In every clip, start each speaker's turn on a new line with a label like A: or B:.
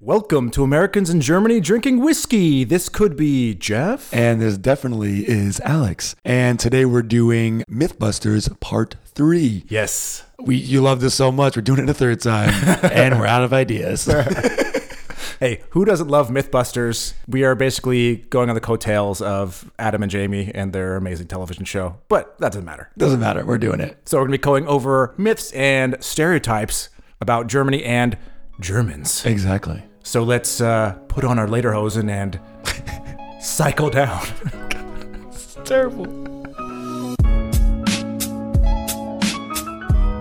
A: Welcome to Americans in Germany drinking whiskey. This could be Jeff.
B: And this definitely is Alex. And today we're doing Mythbusters Part 3.
A: Yes.
B: We, you love this so much. We're doing it a third time, and we're out of ideas.
A: Hey, who doesn't love Mythbusters? We are basically going on the coattails of Adam and Jamie and their amazing television show, but that doesn't matter.
B: Doesn't matter. We're doing it.
A: So we're going to be going over myths and stereotypes about Germany and Germans.
B: Exactly.
A: So let's uh, put on our lederhosen and cycle down.
B: Terrible.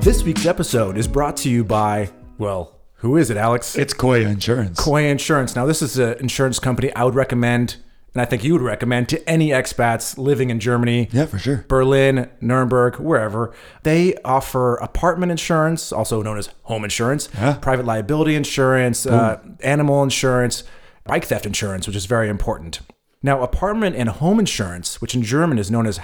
A: this week's episode is brought to you by, well, who is it, Alex?
B: It's Koya Insurance.
A: Koya Insurance. Now, this is an insurance company I would recommend, and I think you would recommend to any expats living in Germany.
B: yeah, for sure.
A: Berlin, Nuremberg, wherever. They offer apartment insurance, also known as home insurance, private liability insurance, uh, animal insurance, bike theft insurance, which is very important. Now, apartment and home insurance, which in German is known as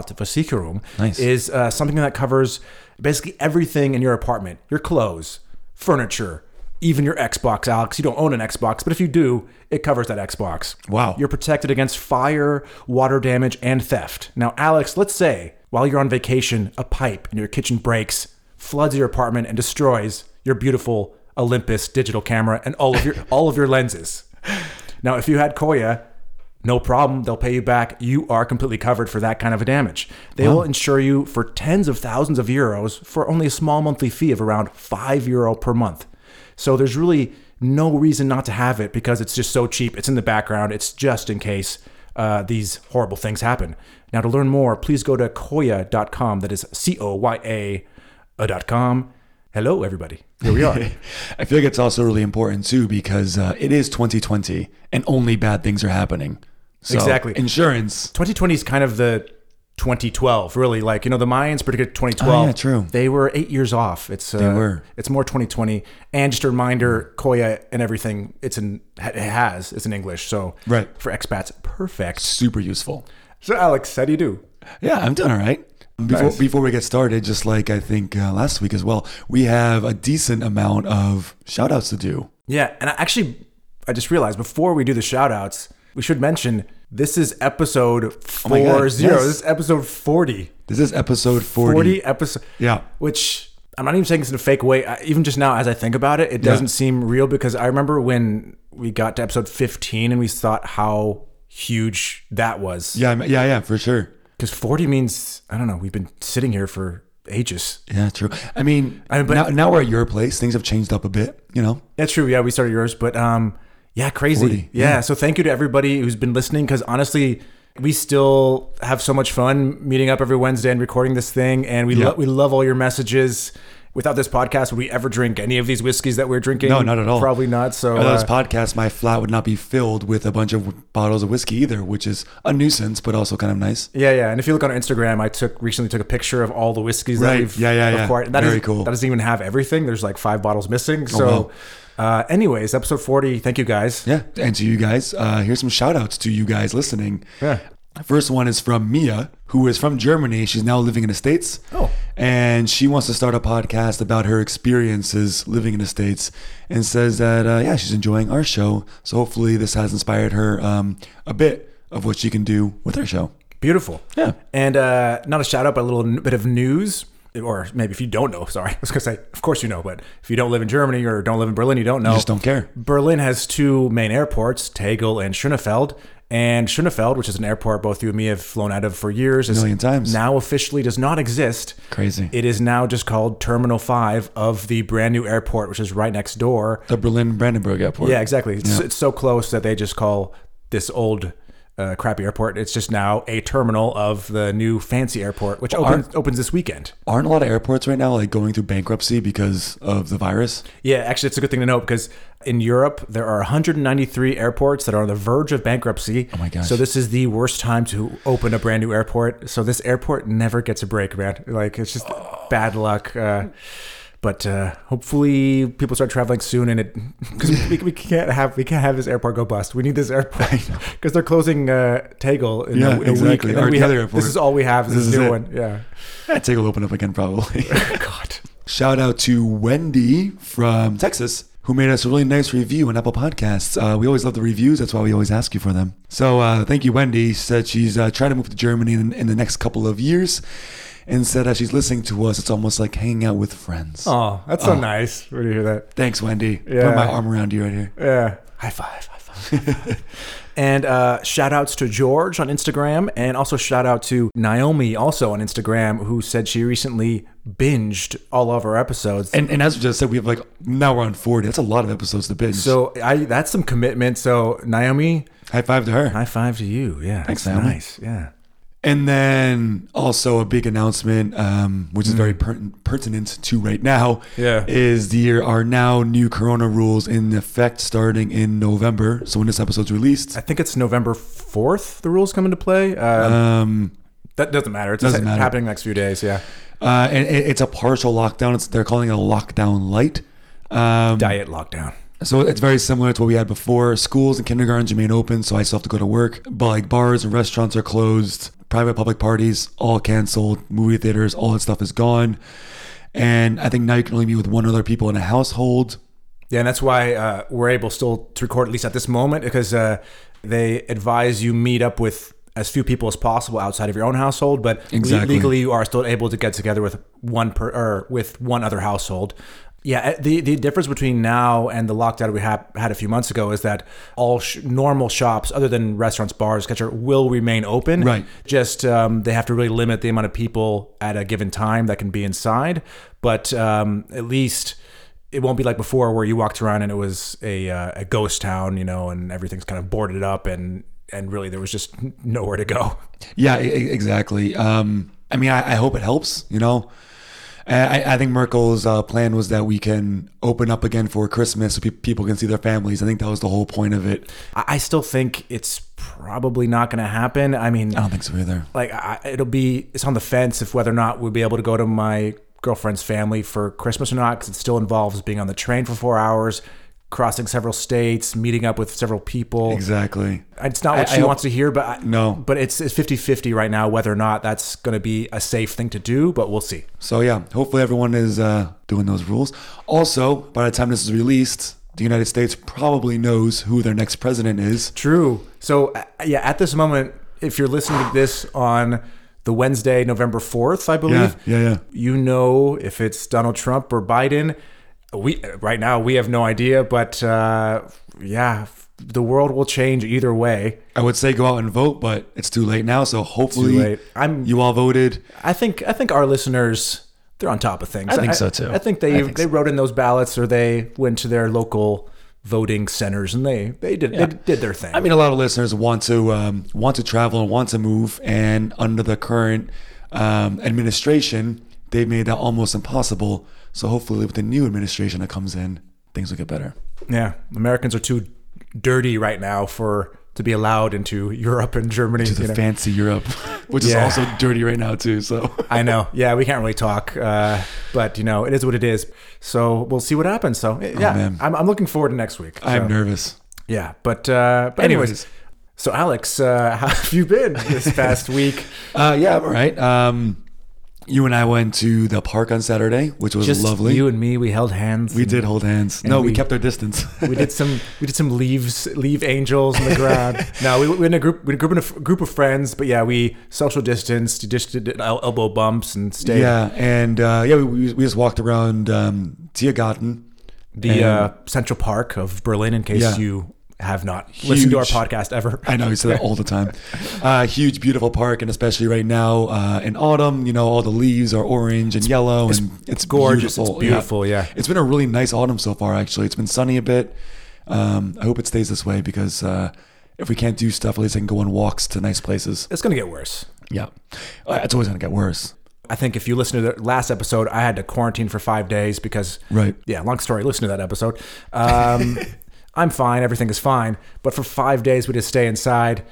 A: Hausratversicherung,
B: Nice.
A: is uh, something that covers basically everything in your apartment your clothes, furniture, even your Xbox, Alex. You don't own an Xbox, but if you do, it covers that Xbox.
B: Wow.
A: You're protected against fire, water damage, and theft. Now, Alex, let's say while you're on vacation, a pipe in your kitchen breaks, floods your apartment, and destroys your beautiful Olympus digital camera and all of your all of your lenses. Now, if you had Koya, no problem. They'll pay you back. You are completely covered for that kind of a damage. They will insure you for tens of thousands of euros for only a small monthly fee of around five euro per month. So there's really no reason not to have it because it's just so cheap. It's in the background. It's just in case uh, these horrible things happen. Now, to learn more, please go to koya.com. That is C O Y A uh, dot com. Hello, everybody. Here we are.
B: I feel like it's also really important, too, because uh, it is 2020 and only bad things are happening. So,
A: Exactly.
B: Insurance.
A: 2020 is kind of the 2012, really. Like you know, the Mayans, particularly 2012.
B: Oh, yeah, true.
A: They were eight years off. It's uh,
B: were.
A: It's more 2020. And just a reminder, Koya and everything. It's in it has it's in English. So
B: Right.
A: for expats, perfect.
B: Super useful.
A: So Alex, how do you do?
B: Yeah, I'm doing all right. Before, before we get started, just like I think uh, last week as well, we have a decent amount of shout outs to do.
A: Yeah, and I actually I just realized before we do the shout outs, we should mention this is episode
B: Oh my God,
A: four zero.
B: yes.
A: This is episode 40.
B: This is episode 40.
A: 40 episode.
B: Yeah.
A: Which I'm not even saying this in a fake way. I, even just now, as I think about it, it doesn't seem real because I remember when we got to episode 15 and we thought how huge that was.
B: Yeah, I'm- yeah, yeah, for sure.
A: Because 40 means, I don't know, we've been sitting here for ages.
B: Yeah, true. I mean,
A: mean, but-
B: now, now we're at your place. Things have changed up a bit, you know?
A: That's true. Yeah, we started yours, but um, yeah, crazy.
B: 40,
A: yeah. So thank you to everybody who's been listening because honestly, we still have so much fun meeting up every Wednesday and recording this thing, and we lo- we love all your messages. Without this podcast, would we ever drink any of these whiskeys that we're drinking?
B: No, not at all.
A: Probably not. So
B: Without
A: uh,
B: this podcast, my flat would not be filled with a bunch of bottles of whiskey either, which is a nuisance, but also kind of nice.
A: yeah, yeah. And if you look on our Instagram, I took recently took a picture of all the whiskeys that
B: Right.
A: we've
B: Yeah, yeah, yeah.
A: acquired. That
B: Very
A: doesn't-
B: cool. Oh,
A: That doesn't even have everything. There's like five bottles missing. So, uh, anyways, episode forty. Thank you guys.
B: Yeah. And to you guys, uh, here's some shout outs to you guys listening.
A: Yeah.
B: First one is from Mia, who is from Germany. She's now living in the States.
A: Oh.
B: And she wants to start a podcast about her experiences living in the States and says that, uh, yeah, she's enjoying our show. So hopefully this has inspired her um, a bit of what she can do with her show.
A: Beautiful.
B: Yeah.
A: And uh, not a shout out, but a little n- bit of news, or maybe if you don't know, sorry, I was going to say, of course you know, but if you don't live in Germany or don't live in Berlin, you don't know.
B: Just don't care.
A: Berlin has two main airports, Tegel and Schönefeld. And Schönefeld, which is an airport both you and me have flown out of for years, is
B: Million times.
A: now officially does not exist.
B: Crazy.
A: It is now just called Terminal 5 of the brand new airport, which is right next door.
B: The Berlin Brandenburg Airport.
A: Yeah, exactly. It's, it's so close that they just call this old uh, crappy airport. It's just now a terminal of the new fancy airport, which opens, opens this weekend.
B: Aren't a lot of airports right now like going through bankruptcy because of the virus?
A: Yeah, actually, it's a good thing to know because in Europe there are 193 airports that are on the verge of bankruptcy. Oh
B: my gosh.
A: So this is the worst time to open a brand new airport. So this airport never gets a break, man. Like it's just bad luck. Uh, but uh, hopefully people start traveling soon, and it because we, we can't have we can't have this airport go bust. We need this airport because they're closing uh, Tegel in,
B: Yeah,
A: a, in a week.
B: exactly.
A: and then
B: Or
A: we
B: the
A: have-
B: other airport.
A: This is all we have. Is this,
B: This is
A: new
B: it.
A: one. Yeah.
B: That take will open up again probably.
A: God.
B: Shout out to Wendy from Texas, who made us a really nice review on Apple Podcasts. Uh, we always love the reviews. That's why we always ask you for them. So uh, thank you, Wendy. She said she's uh, trying to move to Germany in, in the next couple of years and said as she's listening to us, it's almost like hanging out with friends.
A: Oh, that's so nice. Where do you hear that?
B: Thanks, Wendy.
A: Yeah.
B: Put my arm around you right here.
A: Yeah. High five. High five. and uh, shout outs to George on Instagram and also shout out to Naomi also on Instagram who said she recently binged all of our episodes.
B: And, and as we just said, we have like, now we're on 40. That's a lot of episodes to binge.
A: so I that's some commitment. So Naomi,
B: High five to her.
A: high five to you. Yeah. Thanks,
B: Naomi.
A: Nice. Yeah.
B: And then also a big announcement, um, which is very pertin- pertinent to right now,
A: Yeah.
B: is there are now new Corona rules in effect starting in November. So when this episode's released,
A: I think it's November 4th the rules come into play. Uh,
B: um,
A: that doesn't matter. It's
B: doesn't matter.
A: happening next few days. Yeah.
B: uh, and it, it's a partial lockdown. It's, they're calling it a lockdown light. Um,
A: Diet lockdown.
B: So it's very similar to what we had before. Schools and kindergartens remain open, so I still have to go to work. But like bars and restaurants are closed. Private public parties all canceled. Movie theaters, all that stuff is gone. And I think now you can only be with one other people in a household.
A: Yeah, and that's why uh, we're able still to record at least at this moment because uh, they advise you meet up with as few people as possible outside of your own household, but le-
B: Exactly.
A: legally you are still able to get together with one per or with one other household. Yeah, eh, the the difference between now and the lockdown we ha- had a few months ago is that all sh- normal shops, other than restaurants, bars, etc., will remain open.
B: Right.
A: Just um, they have to really limit the amount of people at a given time that can be inside. But um, at least it won't be like before where you walked around and it was a, uh, a ghost town, you know, and everything's kind of boarded up and and really there was just nowhere to go.
B: Yeah, e- e- exactly. Um, I mean, I, I hope it helps. You know, I, I- I think Merkel's uh, plan was that we can open up again for Christmas so pe- people can see their families. I think that was the whole point of it.
A: I, I still think it's probably not going to happen. I mean,
B: I don't think so either.
A: like I, it'll be it's on the fence if whether or not we'll be able to go to my girlfriend's family for christmas or not because it still involves being on the train for four hours crossing several states meeting up with several people
B: Exactly.
A: it's not what
B: I- I
A: she
B: hope-
A: wants to hear but I,
B: No.
A: but it's, it's 50-50 right now whether or not that's going to be a safe thing to do but we'll see
B: So yeah, hopefully everyone is uh, doing those rules. Also, by the time this is released, the United States probably knows who their next president is.
A: True. So uh, yeah, at this moment, if you're listening to this on the Wednesday, November fourth, I believe.
B: yeah, yeah.
A: You know if it's Donald Trump or Biden. We right now we have no idea, but uh, yeah, the world will change either way.
B: I would say go out and vote, but it's too late now. So hopefully,
A: Too late. I'm-
B: you all voted.
A: I think I think our listeners they're on top of things. I
C: think so, too.
A: I think they
C: I think
A: they wrote in those ballots or they went to their local voting centers and they they did they did their thing.
B: I mean, a lot of listeners want to um, want to travel and want to move, and under the current um, administration, they've made that almost impossible. So hopefully, with the new administration that comes in, things will get better.
A: Yeah, Americans are too dirty right now for to be allowed into Europe and Germany.
B: To
A: you know.
B: fancy Europe, which
A: Yeah.
B: is also dirty right now too. So
A: I know. Yeah, we can't really talk, uh, but you know, it is what it is. So we'll see what happens. So yeah,
B: Oh, man.
A: I'm, I'm looking forward to next week. So,
B: I'm nervous.
A: yeah, but uh, but anyways.
B: Anyways.
A: So Alex, uh, how have you been this past week?
B: Uh, yeah, I'm all right. Um, you and I went to the park on Saturday, which was lovely.
A: you and me. We held hands.
B: we did hold hands. No, we,
A: we-
B: kept our distance.
A: we did some we did some leaves leave angels on the ground. no, we, we were in a group we were in a group of, group of friends, but yeah, we social distanced, just did el- elbow bumps and stayed.
B: yeah, and uh, yeah, we, we we just walked around um, Tiergarten.
A: the uh, Central Park of Berlin. In case
B: Yeah.
A: you have not listened to our
B: Huge.
A: podcast ever,
B: I know you say that all the time. Uh, huge, beautiful park, and especially right now uh, in autumn, you know, all the leaves are orange and yellow, and it's
A: gorgeous, it's
B: yeah.
A: beautiful, yeah.
B: it's been a really nice autumn so far. Actually, it's been sunny a bit. Um, I hope it stays this way because uh, if we can't do stuff, at least I can go on walks to nice places.
A: it's going to get worse.
B: Yeah, uh, it's always gonna get worse.
A: I think if you listen to the last episode, I had to quarantine for five days because,
B: Right.
A: Yeah, long story. Listen to that episode. Um, I'm fine. Everything is fine. But for five days, we just stay inside.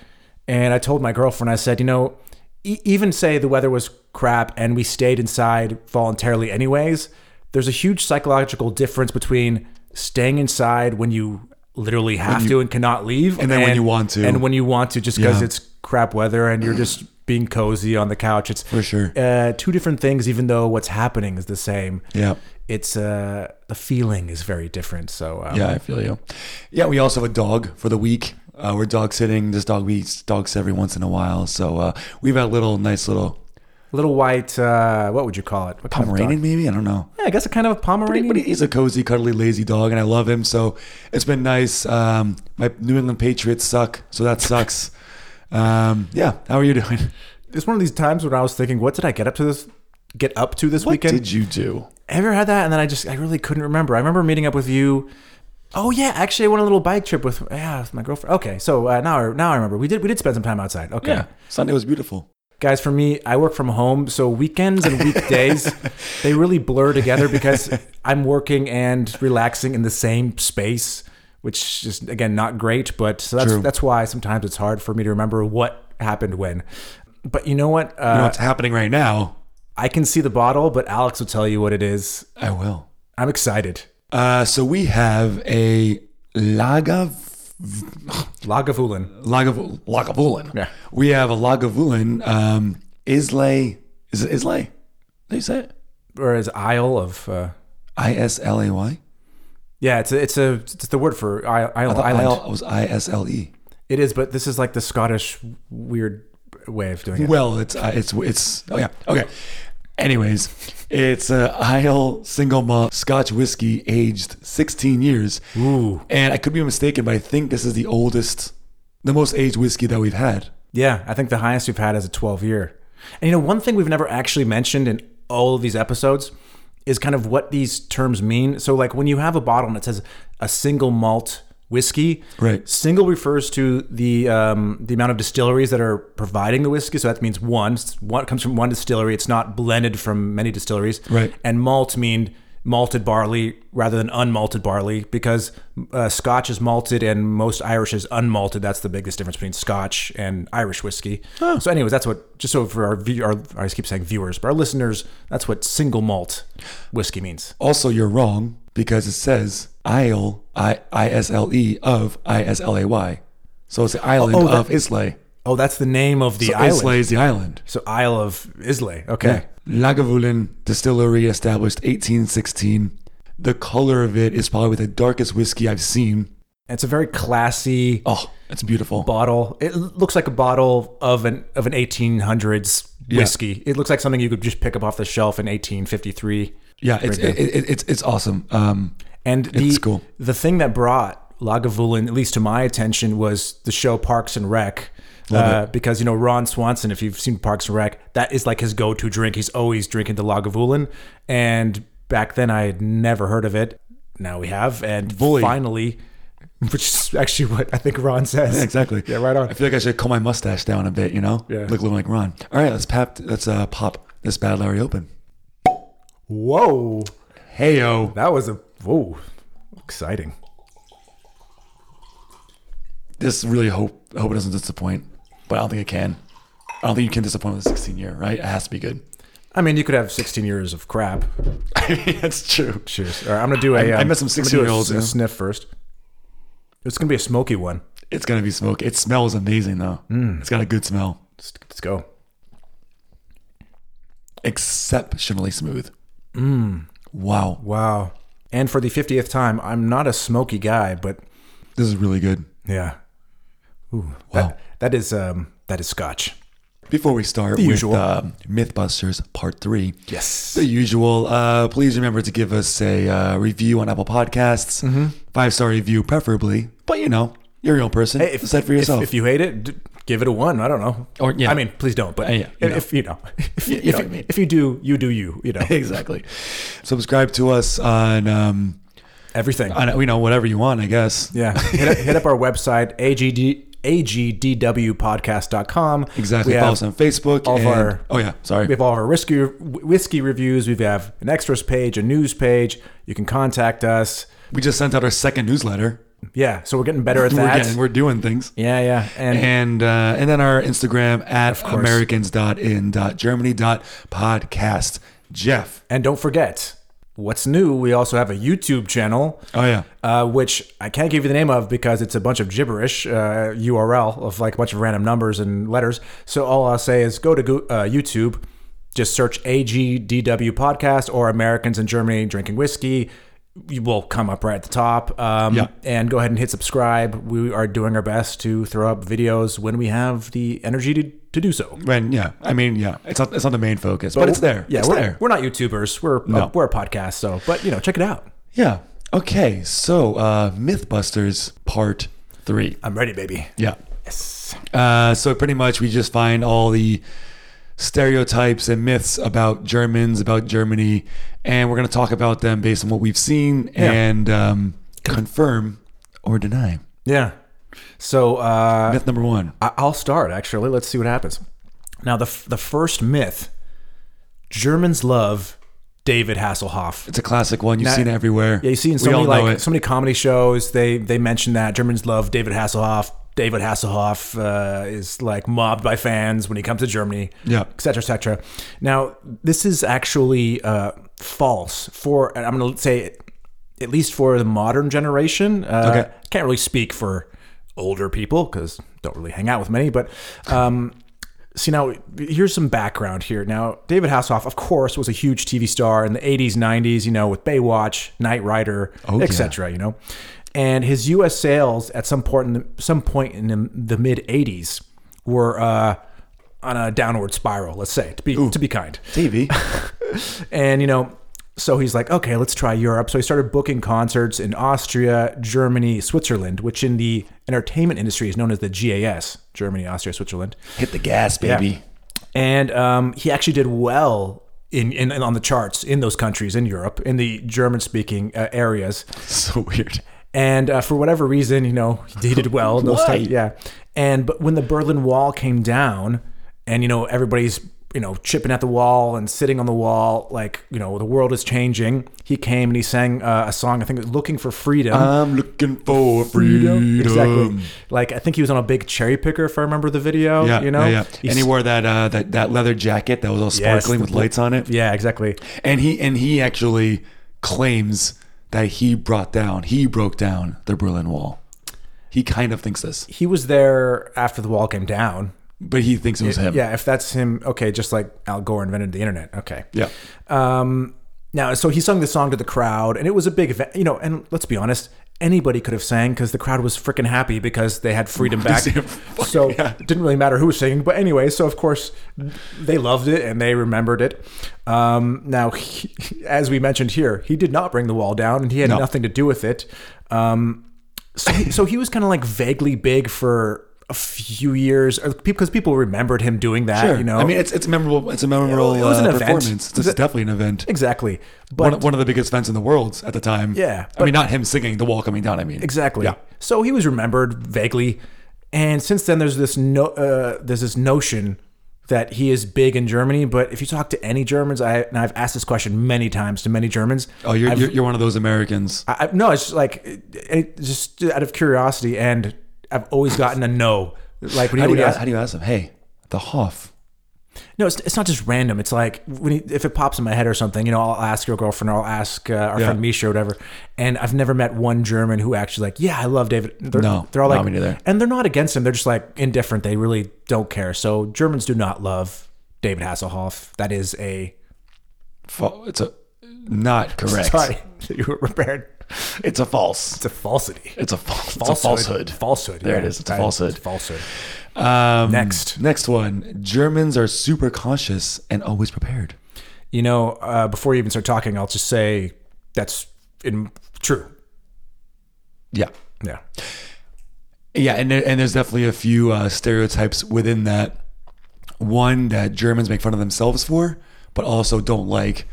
A: And I told my girlfriend, I said, you know, e- even say the weather was crap and we stayed inside voluntarily, anyways, there's a huge psychological difference between staying inside when you literally have to and cannot leave
B: then when you want to.
A: and when you want to just because
B: Yeah.
A: it's crap weather and you're just being cozy on the couch. It's
B: For sure.
A: uh, two different things, even though what's happening is the same.
B: Yeah.
A: It's uh, the feeling is very different. So um,
B: Yeah, I feel you. Yeah, we also have a dog for the week. Uh, we're dog sitting. This dog we dogs every once in a while. So uh, we've had a little nice little
A: little white, uh, what would you call it? What kind of dog?
B: Pomeranian, maybe I don't know.
A: Yeah, I guess a kind of a Pomeranian.
B: But he's a cozy, cuddly, lazy dog, and I love him. So it's been nice. Um, my New England Patriots suck, so that sucks. um, yeah, how are you doing?
A: it's one of these times when I was thinking, what did I get up to this? Get up to this
B: What
A: weekend?
B: did you do?
A: ever had that? And then I just I really couldn't remember. I remember meeting up with you. Oh yeah, actually, I went on a little bike trip with yeah with my girlfriend. Okay, so uh, now I, now I remember we did we did spend some time outside. Okay,
B: Yeah, Sunday was beautiful.
A: guys, for me, I work from home, so weekends and weekdays they really blur together because I'm working and relaxing in the same space, which is again not great. But so that's
B: True.
A: that's why sometimes it's hard for me to remember what happened when. But you know what? Uh,
B: You know what's happening right now?
A: I can see the bottle, but Alex will tell you what it is.
B: I will.
A: I'm excited.
B: Uh, so we have a Lagav
A: Lagavulin.
B: Lagav- Lagavulin.
A: Yeah.
B: We have a Lagavulin. Um, Islay. Is it Islay? Did you say it?
A: or is Isle of. Uh,
B: I S L A Y?
A: yeah, it's a, it's a it's the word for isle, island.
B: Isle was I S L E.
A: It is, but this is like the Scottish weird way of doing it.
B: Well, it's uh, it's it's oh yeah okay. Anyways, it's a Isle single malt Scotch whiskey aged 16 years,
A: Ooh,
B: and I could be mistaken, but I think this is the oldest, the most aged whiskey that we've had.
A: yeah. I think the highest we've had is a 12 year. And you know, one thing we've never actually mentioned in all of these episodes is kind of what these terms mean. So, like when you have a bottle and it says a single malt whiskey,
B: Right.
A: Single refers to the um, the amount of distilleries that are providing the whiskey. So that means one. It's One it comes from one distillery. It's not blended from many distilleries.
B: Right.
A: And malt mean malted barley rather than unmalted barley because uh, Scotch is malted and most Irish is unmalted. That's the biggest difference between Scotch and Irish whiskey. So, anyways, that's what. Just so for our, view, our I keep saying viewers, but our listeners, that's what single malt whiskey means.
B: Also, you're wrong because it says Isle I I S L E of I S L A Y, so it's the island
A: oh, that-
B: of Islay.
A: Oh, that's the name of the island.
B: Islay is the island.
A: So Isle of Islay. Okay.
B: Lagavulin Distillery established 1816. The color of it is probably the darkest whiskey I've seen.
A: It's a very classy
B: Oh, it's beautiful.
A: bottle. It l- looks like a bottle of an of an 1800s whiskey. It looks like something you could just pick up off the shelf in 1853.
B: yeah, it's it, it, it's it's awesome. Um,
A: And the
B: It's cool.
A: the thing that brought Lagavulin, at least to my attention, was the show Parks and Rec. Uh, because you know Ron Swanson, if you've seen Parks and Rec, that is like his go-to drink. He's always drinking the Lagavulin, and back then I had never heard of it. Now we have, and finally, which is actually what I think Ron says.
B: exactly.
A: Yeah, right on.
B: I feel like I should comb my mustache down a bit. You know,
A: Yeah.
B: look, look like Ron. All right, let's pop. Let's uh, pop this bad Larry open.
A: Whoa,
B: Heyo,
A: that was a whoa, exciting.
B: this really hope I hope it doesn't disappoint, but I don't think it can. I don't think you can disappoint with a 16 year, right? It has to be good.
A: I mean, you could have 16 years of crap.
B: That's true.
A: Cheers. All right, I'm gonna do a.
B: I
A: um,
B: met some
A: I'm gonna do a
B: 16-year-olds,
A: s-
B: yeah.
A: a Sniff first. It's gonna be a smoky one.
B: It's gonna be smoke. It smells amazing though.
A: Mm.
B: It's got a good smell.
A: Let's, let's go.
B: exceptionally smooth.
A: Mm.
B: Wow,
A: Wow. And for the 50th time, I'm not a smoky guy, but
B: this is really good.
A: yeah. Ooh,
B: Wow.
A: that, that is um that is scotch.
B: Before we start with
A: usual.
B: um, MythBusters Part Three,
A: Yes.
B: the usual. Uh, please remember to give us a uh, review on Apple Podcasts,
A: Mm-hmm.
B: five star review preferably. But you know, you're your own person.
A: Hey,
B: Decide for yourself.
A: If, if you hate it, d- give it a one. I don't know.
B: Or, yeah.
A: I mean, please don't. But
B: Uh, yeah, you know.
A: if you know, if,
B: You- you
A: if,
B: know what I mean.
A: if you do, you do you. You know
B: exactly. Subscribe to us on, um,
A: everything.
B: on you know whatever you want. I guess.
A: Yeah. Hit up, hit up our website, AGD, agdwpodcast.com.
B: Exactly.
A: We
B: Follow
A: have,
B: us on Facebook.
A: all of
B: and-
A: our-
B: oh yeah. Sorry.
A: we have all of our whiskey, whiskey reviews. We have an extras page, a news page. You can contact us.
B: We just sent out our second newsletter.
A: Yeah. So we're getting better at
B: We're
A: that.
B: getting, we're doing things.
A: yeah. Yeah. And,
B: and uh, and then our Instagram at
A: course.
B: Americans.in.germany.podcast. Jeff,
A: and don't forget, what's new, we also have a YouTube channel.
B: Oh, yeah.
A: Uh, which I can't give you the name of because it's a bunch of gibberish uh, URL of like a bunch of random numbers and letters. So all I'll say is go to Goo- uh, YouTube, just search AGDW podcast or Americans in Germany drinking whiskey. You will come up right at the top. Um,
B: Yeah.
A: And go ahead and hit subscribe. We are doing our best to throw up videos when we have the energy to, to do so.
B: When, yeah. I mean, yeah. It's not, it's not the main focus, but, it's there.
A: Yeah,
B: it's
A: we're,
B: there.
A: we're not YouTubers. We're
B: No.
A: we're a podcast. So, but you know, check it out.
B: Yeah. Okay. So, uh, Mythbusters part three.
A: I'm ready, baby.
B: Yeah.
A: Yes.
B: Uh, so pretty much we just find all the stereotypes and myths about Germans, about Germany, and we're going to talk about them based on what we've seen
A: Yeah.
B: and um, confirm or deny.
A: Yeah. So uh,
B: Myth number one.
A: I- I'll start actually. Let's see what happens. Now, the f- the first myth: Germans love David Hasselhoff.
B: It's a classic one. You've seen it everywhere.
A: Yeah, you see in so
B: we all
A: many
B: know
A: like
B: it.
A: so many comedy shows, they they mention that Germans love David Hasselhoff. David Hasselhoff uh, is like mobbed by fans when he comes to Germany.
B: Yeah.
A: et cetera, et cetera. Now, this is actually uh, false. For and I'm going to say, at least for the modern generation. Uh,
B: Okay.
A: can't really speak for older people because don't really hang out with many. But um, see, now here's some background here. Now, David Hasselhoff, of course, was a huge TV star in the 80s, 90s. You know, with Baywatch, Knight Rider,
B: yeah.
A: etc. You know, and his U.S. sales at some point in the, some point in the, the mid 80s were. Uh, on a downward spiral, let's say, to be to be kind.
B: TV.
A: And you know, so he's like, okay, let's try Europe. So he started booking concerts in Austria, Germany, Switzerland, which in the entertainment industry is known as the GAS, Germany, Austria, Switzerland.
B: Hit the gas, baby.
A: And um, he actually did well in, in, in- on the charts in those countries in Europe, in the German speaking uh, areas.
B: So weird.
A: And uh, for whatever reason, you know, he did well. in those
B: Why?
A: times. yeah. And but when the Berlin Wall came down, and you know everybody's you know chipping at the wall and sitting on the wall, like you know the world is changing. He came and he sang uh, a song. I think "Looking for Freedom."
B: I'm looking for Ah, freedom.
A: Exactly. Like I think he was on a big cherry picker, if I remember the video.
B: Yeah,
A: you know.
B: yeah,
A: He
B: yeah. And he wore that uh, that that leather jacket that was all sparkling
A: the
B: with lights on it.
A: Yeah, exactly.
B: and he and he actually claims that he brought down he broke down the berlin wall he kind of thinks this
A: He was there after the wall came down.
B: but he thinks it was him
A: Yeah, if that's him, okay, just like Al Gore invented the internet. Okay.
B: yeah
A: Um, now, so he sung the song to the crowd, and it was a big event, you know. And let's be honest, anybody could have sang because the crowd was freaking happy because they had freedom back.
B: Fuck,
A: so
B: yeah.
A: it didn't really matter who was singing. But anyway, so of course they loved it and they remembered it. Um, now, he, as we mentioned here, he did not bring the wall down, and he had
B: No.
A: nothing to do with it. Um, so, so he was kind of like vaguely big for a few years uh, because people remembered him doing that. You know,
B: i mean it's it's memorable it's a memorable
A: It was an
B: uh,
A: event.
B: performance this
A: It-
B: is definitely an event
A: exactly. But
B: one, one of the biggest events in the world at the time
A: Yeah,
B: i mean not him singing the wall coming down i mean
A: Exactly.
B: yeah
A: So he was remembered vaguely, and since then there's this no uh, there's this notion that he is big in Germany. But if you talk to any Germans, I and I've asked this question many times to many Germans.
B: oh you're, you're, you're one of those americans
A: I, I- no, it's just like it, it- just out of curiosity, and I've always gotten a no. Like when he,
B: how
A: when
B: do, you,
A: he
B: ask-
A: asks,
B: how do you ask them hey the hoff
A: no, it's, it's not just random. It's like when he, if it pops in my head or something, you know, I'll ask your girlfriend, or I'll ask uh, our friend Misha or whatever. And I've never met one German who actually like, yeah, I love David. They're,
B: No,
A: they're all
B: not
A: like,
B: me neither.
A: and they're not against him. They're just like indifferent. They really don't care. So Germans do not love David Hasselhoff. That is a
B: Fa- it's a not correct
A: sorry, you were prepared.
B: it's a false
A: It's a falsity.
B: it's a, fa- it's a falsehood
A: Falsehood.
B: There it
A: yeah.
B: is. It's a
A: I-
B: falsehood.
A: falsehood.
B: Um,
A: Next.
B: next one. Germans are super cautious and always prepared.
A: You know, uh, before you even start talking, I'll just say that's in, true.
B: Yeah,
A: Yeah.
B: yeah, and there, and there's definitely a few uh, stereotypes within that. One that Germans make fun of themselves for, but also don't like,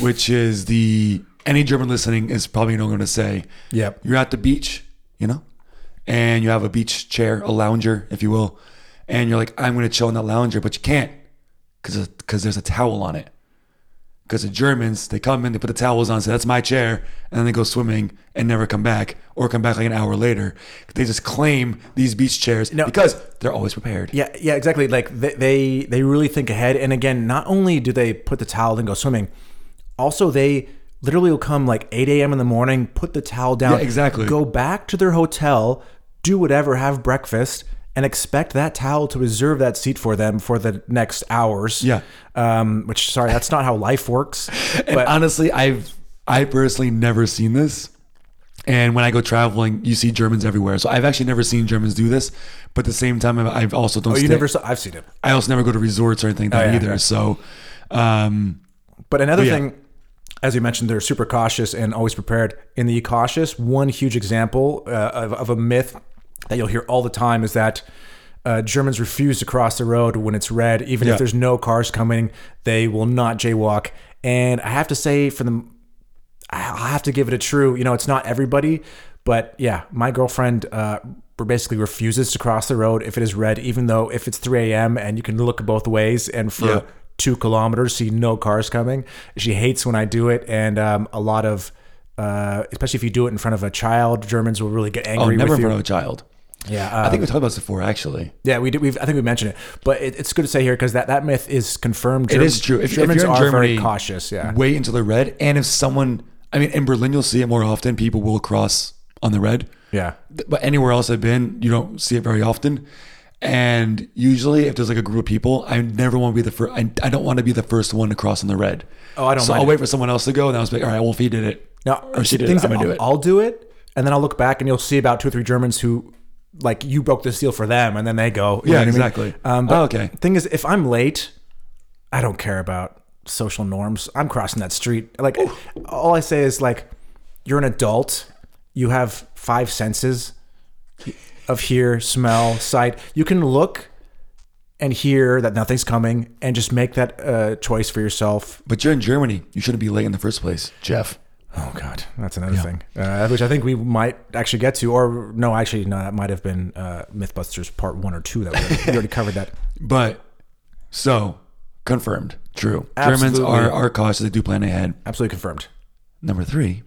B: which is the any German listening is probably not going to say.
A: Yep.
B: you're at the beach, you know, and you have a beach chair, a lounger, if you will, and you're like, I'm going to chill in that lounger, but you can't because because there's a towel on it. Because the Germans, they come in, they put the towels on, say, that's my chair, and then they go swimming and never come back, or come back like an hour later. They just claim these beach chairs because they're always prepared.
A: Yeah, yeah, exactly. Like they, they they really think ahead. And again, not only do they put the towel and go swimming, also they literally will come like 8 a.m. in the morning, put the towel down,
B: Yeah, exactly.
A: go back to their hotel, do whatever, have breakfast, and expect that towel to reserve that seat for them for the next hours.
B: Yeah.
A: Um, which, sorry, that's not how life works.
B: And honestly, I've I personally never seen this. And when I go traveling, you see Germans everywhere. So I've actually never seen Germans do this. But at the same time, I I've also don't.
A: Oh, You
B: stay-
A: never saw, I've seen it.
B: I also never go to resorts or anything like that
A: yeah,
B: either.
A: yeah.
B: So, um,
A: But another
B: yeah.
A: thing, as you mentioned, they're super cautious and always prepared. In the cautious, one huge example uh, of, of a myth that you'll hear all the time is that uh, Germans refuse to cross the road when it's red, even
B: Yeah.
A: if there's no cars coming. They will not jaywalk. And I have to say, for the I have to give it a true. You know, it's not everybody, but yeah, my girlfriend uh, basically refuses to cross the road if it is red, even though if it's 3 a.m. and you can look both ways and for
B: Yeah.
A: two kilometers see no cars coming. She hates when I do it, and um, a lot of, uh, especially if you do it in front of a child, Germans will really get
B: oh,
A: angry
B: never
A: with
B: in
A: you.
B: front of a child.
A: yeah,
B: I
A: um,
B: think we talked about this before, actually.
A: yeah, we did, we've I think we mentioned it, but it, it's good to say here because that, that myth is confirmed. Germ-
B: is true. If- if
A: Germans
B: you're in
A: are
B: Germany, Mm-hmm.
A: very cautious. Yeah,
B: Wait until they're red. And if someone, I mean, in Berlin, you'll see it more often. People will cross on the red.
A: yeah.
B: Th- But anywhere else I've been, you don't see it very often. And usually, if there's like a group of people, I never want to be the first. I, I don't want to be the first one to cross on the red.
A: Oh, I don't
B: So
A: mind
B: I'll
A: it.
B: wait for someone else to go, and I was like, all right, well, if he did it,
A: Now,
B: or she did it,
A: things
B: I'm
A: that
B: gonna do
A: I'll-
B: it.
A: I'll do it, and then I'll look back, and you'll see about two or three Germans who, like, you broke the seal for them, and then they go. you know what I
B: Yeah,
A: mean?
B: exactly.
A: Um, but
B: Oh, okay.
A: Thing is, if I'm late, I don't care about social norms. I'm crossing that street. Like, all I say is like, you're an adult. You have five senses of hear, smell, sight. You can look and hear that nothing's coming, and just make that uh, choice for yourself.
B: But you're in Germany. You shouldn't be late in the first place, Jeff.
A: Oh God, that's another thing, uh, which I think we might actually get to, or no, actually, no, that might have been uh, MythBusters Part One or Two that we, we already covered that.
B: But so confirmed, true.
A: Absolutely.
B: Germans are, are cautious. They do plan ahead.
A: Absolutely confirmed.
B: Number three,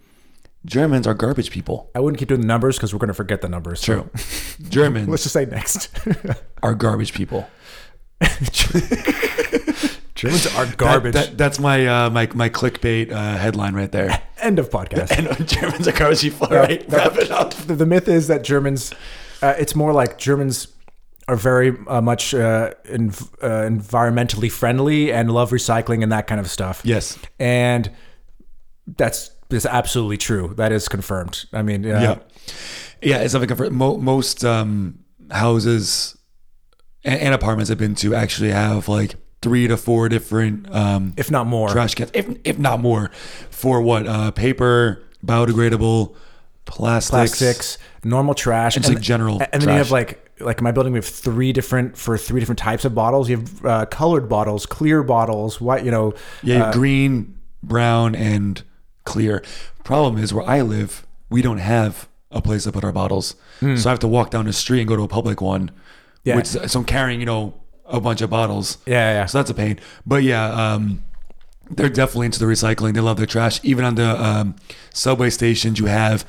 B: Germans are garbage people.
A: I wouldn't keep doing the numbers because we're going to forget the numbers. so
B: True. Germans
A: Let's just say next.
B: are garbage people.
A: Germans are
B: That-
A: garbage.
B: that- that's my uh, my my clickbait uh, headline right there.
A: End of podcast.
B: And Germans are garbage people. All right, wrap it up.
A: the, the myth is that Germans, uh, it's more like Germans are very uh, much uh, env- uh, environmentally friendly and love recycling and that kind of stuff.
B: Yes.
A: and that's that's absolutely true. That is confirmed. I mean, uh,
B: Yeah. Yeah, it's something for mo- most um, houses and, and apartments I've been to actually have like three to four different um,
A: if not more.
B: trash cans, if if not more, for what uh, paper, biodegradable, plastics,
A: plastics, normal trash, and
B: like general
A: And then you have
B: trash.
A: like like in my building, we have three different for three different types of bottles. You have uh, colored bottles, clear bottles, white. You know,
B: yeah,
A: Uh,
B: green, brown, and clear. Problem is, where I live, we don't have a place to put our bottles, so I have to walk down the street and go to a public one.
A: Hmm. Yeah.
B: which so I'm carrying, you know, a bunch of bottles.
A: Yeah, yeah.
B: So that's a pain. But yeah, um, they're definitely into the recycling. They love their trash. Even on the um, subway stations, you have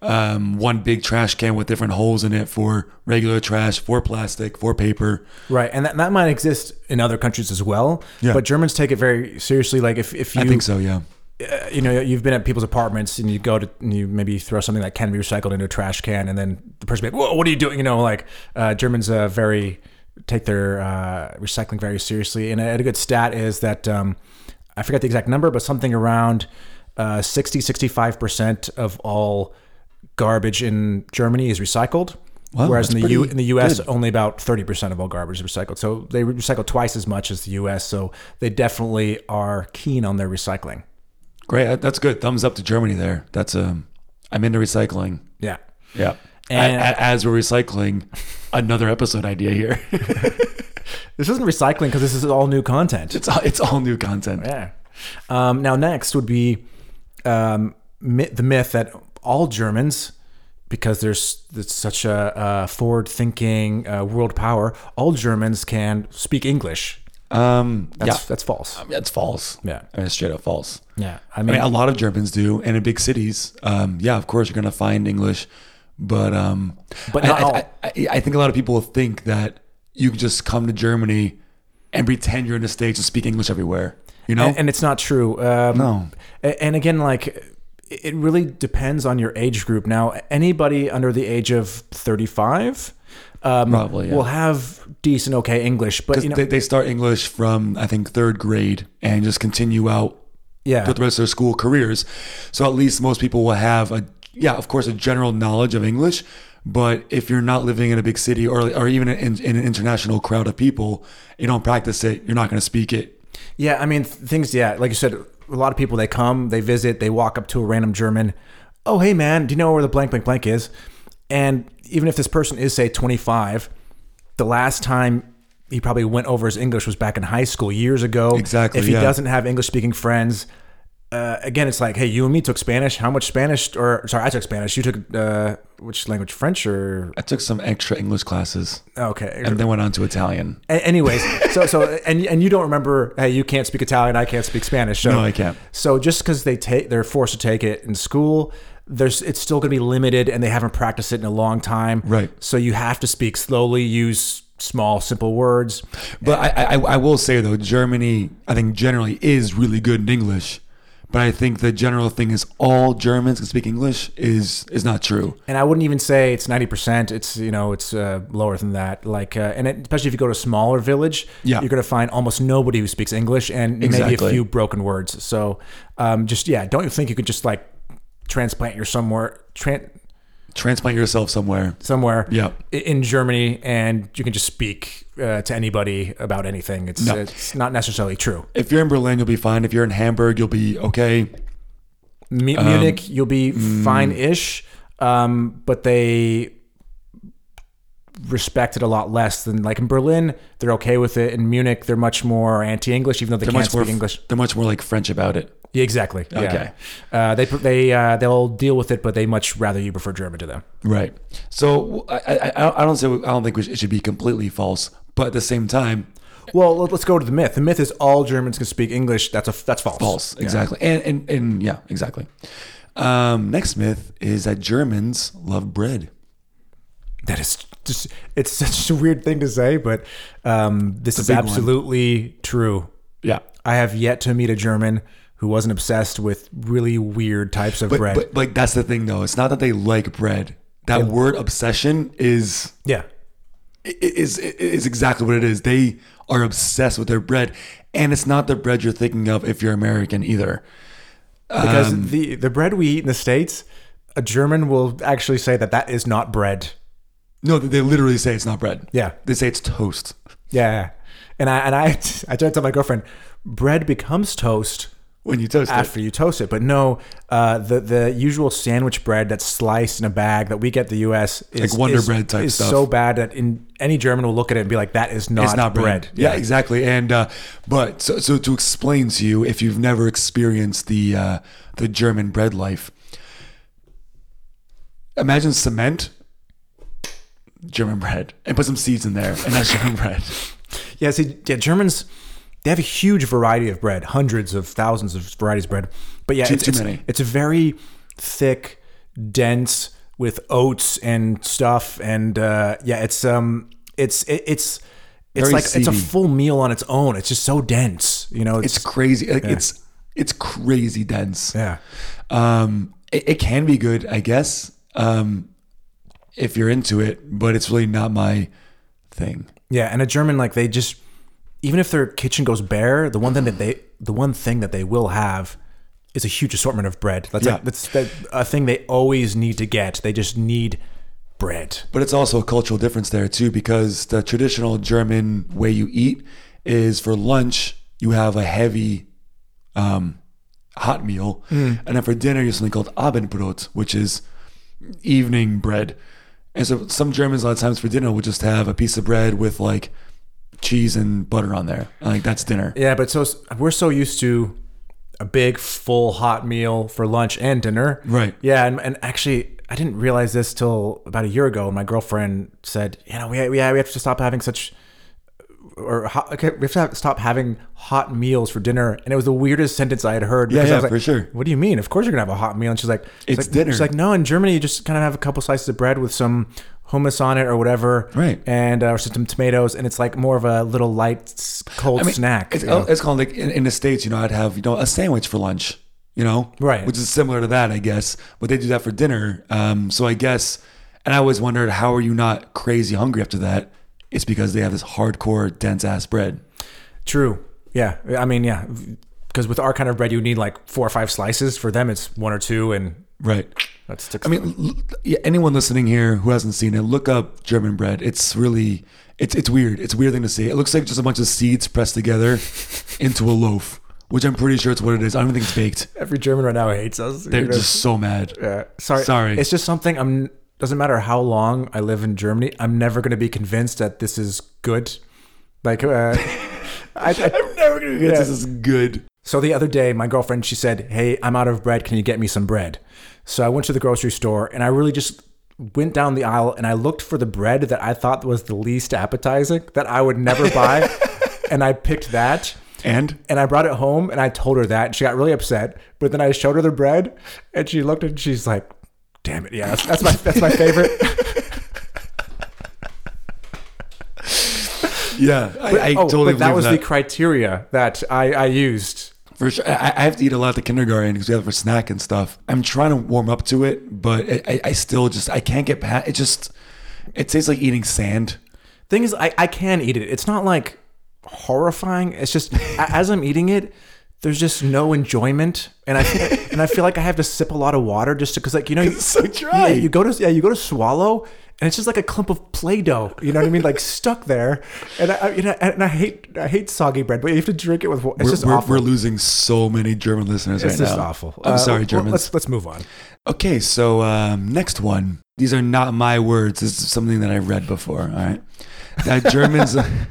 B: um, one big trash can with different holes in it for regular trash, for plastic, for paper.
A: right, and that, that might exist in other countries as well.
B: Yeah.
A: But Germans take it very seriously. Like if if you
B: I think so. Yeah.
A: uh, you know you've been at people's apartments and you go to and you maybe throw something that can be recycled into a trash can and then the person be like whoa what are you doing you know like uh, Germans uh, very take their uh, recycling very seriously and a, a good stat is that um, I forget the exact number but something around uh, 60 65 percent of all garbage in Germany is recycled.
B: Wow,
A: Whereas in
B: that's
A: the U,
B: pretty
A: in the U.S.,
B: good.
A: only about 30% of all garbage is recycled. So they recycle twice as much as the U.S. So they definitely are keen on their recycling.
B: Great. That- That's good. Thumbs up to Germany there. That's um, I'm into recycling.
A: Yeah.
B: Yeah.
A: And-
B: A- a- as we're recycling, another episode idea here.
A: This isn't recycling because this is all new content.
B: it's all, it's all new content.
A: Yeah. Um, now, next would be um, mi- the myth that all Germans, because there's, there's such a, uh forward thinking uh, world power, all Germans can speak English.
B: Um,
A: That's,
B: yeah,
A: that's false.
B: that's false.
A: Yeah.
B: I mean, straight up false.
A: Yeah.
B: I mean, a lot of Germans do, and in big cities, um, yeah, of course, you're gonna find English, but um,
A: But
B: I-
A: not
B: I,
A: all.
B: I, I, I think a lot of people think that you can just come to Germany and pretend you're in the states and speak English everywhere. You know?
A: and, and it's not true. Um,
B: No.
A: a- and again, like it really depends on your age group. Now, anybody under the age of thirty-five um,
B: Probably, yeah.
A: will have decent, okay English, but you know,
B: they, they start English from I think third grade and just continue out
A: yeah,
B: throughout the rest of their school careers. So at least most people will have a yeah, of course, a general knowledge of English. But if you're not living in a big city or or even in, in an international crowd of people, you don't practice it, you're not going to speak it.
A: Yeah, I mean th- things. Yeah, like you said, a lot of people they come, they visit, they walk up to a random German. Oh, hey man, do you know where the blank blank blank is? And even if this person is say 25, the last time he probably went over his English was back in high school years ago.
B: Exactly,
A: If he
B: yeah.
A: doesn't have English speaking friends. Uh, again, it's like, hey, you and me took Spanish. How much Spanish? Or sorry, I took Spanish. You took uh, which language? French or
B: I took some extra English classes
A: okay?
B: and then went on to Italian.
A: A- anyways, so so and and you don't remember? Hey, you can't speak Italian. I can't speak Spanish. So,
B: No, I can't.
A: So just because they take, they're forced to take it in school. There's, it's still going to be limited, and they haven't practiced it in a long time.
B: Right.
A: So you have to speak slowly, use small, simple words.
B: But I, I, I will say though, Germany, I think generally is really good in English. But I think the general thing is all Germans can speak English is is not true.
A: And I wouldn't even say it's ninety percent. It's you know, it's uh, lower than that. Like, uh, and it, especially if you go to a smaller village,
B: Yeah.
A: you're going to find almost nobody who speaks English, and maybe a
B: Exactly.
A: few broken words. So, um, just yeah, don't you think you could just like transplant your somewhere? Tran-
B: Transplant yourself somewhere.
A: somewhere
B: Yeah.
A: i- in Germany and you can just speak uh, to anybody about anything. It's
B: No.
A: it's not necessarily true.
B: If you're in Berlin, you'll be fine. If you're in Hamburg, you'll be okay.
A: Mu- Munich, you'll be fine-ish, um, but they respect it a lot less than like in Berlin. They're okay with it. In Munich, they're much more anti-English, even though they
B: They're
A: can't
B: much more
A: speak English.
B: They're much more like French about it.
A: Yeah, exactly. Yeah.
B: Okay.
A: Uh, they pr- they uh, they'll deal with it, but they much rather you prefer German to them.
B: Right. So I I- I, I don't say I don't think we should, it should be completely false, but at the same time,
A: Well, let- let's go to the myth. The myth is all Germans can speak English. That's a that's false.
B: false. Exactly. And, and and yeah, exactly. Um, next myth is that Germans love bread.
A: That is just, it's such a weird thing to say, but um, this is
B: big one.
A: absolutely true.
B: Yeah.
A: I have yet to meet a German who wasn't obsessed with really weird types of bread.
B: But like that's the thing though. It's not that they like bread. That word obsession is
A: yeah.
B: i- is is exactly what it is. They are obsessed with their bread, and it's not the bread you're thinking of if you're American either.
A: Because
B: um,
A: the, the bread we eat in the States, a German will actually say that that is not bread.
B: No, they literally say it's not bread.
A: Yeah.
B: They say it's toast.
A: Yeah. And I, and I, I tried to tell my girlfriend, bread becomes toast
B: When you toast it.
A: after you toast it. But no, uh, the the usual sandwich bread that's sliced in a bag that we get in the U.S. is
B: Like Wonder
A: is-
B: Bread type
A: is
B: stuff.
A: so bad that in any German will look at it and be like, "That is not,
B: It's not bread.
A: Yeah.
B: Yeah, exactly. And uh, but so, so to explain to you, if you've never experienced the uh, the German bread life, imagine cement, German bread, and put some seeds in there, and that's German bread.
A: yeah. See, yeah, Germans they have a huge variety of bread, hundreds of thousands of varieties of bread. But yeah, it's,
B: too
A: it's,
B: many.
A: it's a very thick, dense with oats and stuff, and uh, yeah, it's um, it's it, it's. It's
B: Very
A: like it's a
B: seedy.
A: full meal on its own. It's just so dense, you know.
B: It's crazy. Like, It's it's crazy dense.
A: yeah.
B: Um, it, it can be good, I guess, um, if you're into it, but it's really not my thing.
A: Yeah, and a German like they just even if their kitchen goes bare, the one thing that they the one thing that they will have is a huge assortment of bread. That's
B: Yeah.
A: a, that's that, a thing they always need to get. They just need bread.
B: But it's also a cultural difference there too, because the traditional German way you eat is for lunch you have a heavy, um, hot meal, and then for dinner you have something called Abendbrot, which is evening bread. And so some Germans a lot of times for dinner will just have a piece of bread with like cheese and butter on there, and like that's dinner.
A: Yeah, but so we're so used to a big full hot meal for lunch and dinner.
B: Right.
A: Yeah, and, and actually I didn't realize this till about a year ago when my girlfriend said, you know, we we, we have to stop having such or hot, okay, we have to have, stop having hot meals for dinner, and it was the weirdest sentence I had heard. because I
B: yeah,
A: was like,
B: for sure.
A: What do you mean? Of course you're gonna have a hot meal. And she's like, she's
B: It's
A: like-
B: dinner.
A: She's like, no, in Germany you just kind of have a couple slices of bread with some hummus on it or whatever,
B: Right.
A: And uh, or some tomatoes, and it's like more of a little light s- cold
B: I mean,
A: snack.
B: It's,
A: you know?
B: it's called like in, in the states. You know, I'd have you know a sandwich for lunch. You know,
A: Right.
B: Which is similar to that, I guess. But they do that for dinner. Um, so I guess, and I always wondered, how are you not crazy hungry after that? It's because they have this hardcore dense ass bread.
A: True. Yeah. I mean, yeah. Because with our kind of bread, you need like four or five slices. For them, it's one or two, and
B: Right.
A: that's six.
B: I mean, l- l- yeah, anyone listening here who hasn't seen it, look up German bread. It's really, it's it's weird. It's a weird thing to see. It looks like just a bunch of seeds pressed together into a loaf, which I'm pretty sure it's what it is. I don't even think it's baked.
A: every German right now hates us.
B: They're
A: you know?
B: just so mad.
A: Yeah. Sorry.
B: Sorry.
A: It's just something I'm. Doesn't matter how long I live in Germany, I'm never going to be convinced that this is good. Like, uh, I, I,
B: I'm never gonna get
A: Yeah.
B: this is good.
A: so the other day, my girlfriend she said, "Hey, I'm out of bread. Can you get me some bread?" So I went to the grocery store and I really just went down the aisle and I looked for the bread that I thought was the least appetizing that I would never buy, and I picked that.
B: And
A: And I brought it home and I told her that. And she got really upset. But then I showed her the bread and she looked and she's like, damn it. Yeah, that's, that's my that's my favorite.
B: yeah, I, I
A: oh,
B: totally
A: but that
B: believe
A: was
B: that.
A: the criteria that I, I used.
B: for sure, I, I have to eat a lot at kindergarten because we have it for snack and stuff. I'm trying to warm up to it, but I, I, I still just I can't get past it. Just it tastes like eating sand.
A: Thing is, I, I can eat it. It's not like horrifying. It's just a- as I'm eating it, there's just no enjoyment. And I and I feel like I have to sip a lot of water just because like, you know, you,
B: It's so dry.
A: Yeah, you go to yeah, you go to swallow, and it's just like a clump of Play-Doh. You know what I mean? Like stuck there. And I, I you know, and I hate I hate soggy bread, but you have to drink it with. wa- It's
B: We're,
A: just
B: we're,
A: awful.
B: we're losing so many German listeners
A: it's
B: right
A: just
B: now.
A: awful.
B: I'm
A: Uh,
B: sorry,
A: well,
B: Germans.
A: let's let's move on.
B: Okay, so um, next one. These are not my words. This is something that I read before. All right, that Germans. I'm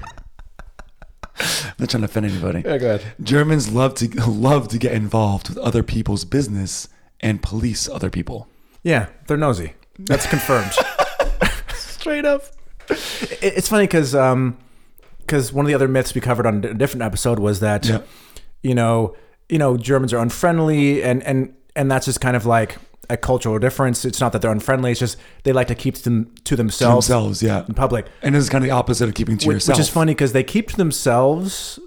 B: not trying to offend anybody.
A: go ahead.
B: Germans love to love to get involved with other people's business and police other people.
A: Yeah, they're nosy. That's confirmed.
B: Straight up.
A: It- it's funny because because one of the other myths we covered on a different episode was that
B: Yeah.
A: you know you know Germans are unfriendly and and and that's just kind of like a cultural difference. It's not that they're unfriendly. It's just they like to keep them to themselves
B: Themselves, yeah.
A: in public.
B: And this is kind of the opposite of keeping to
A: Which-
B: yourself.
A: Which is funny because they keep to themselves,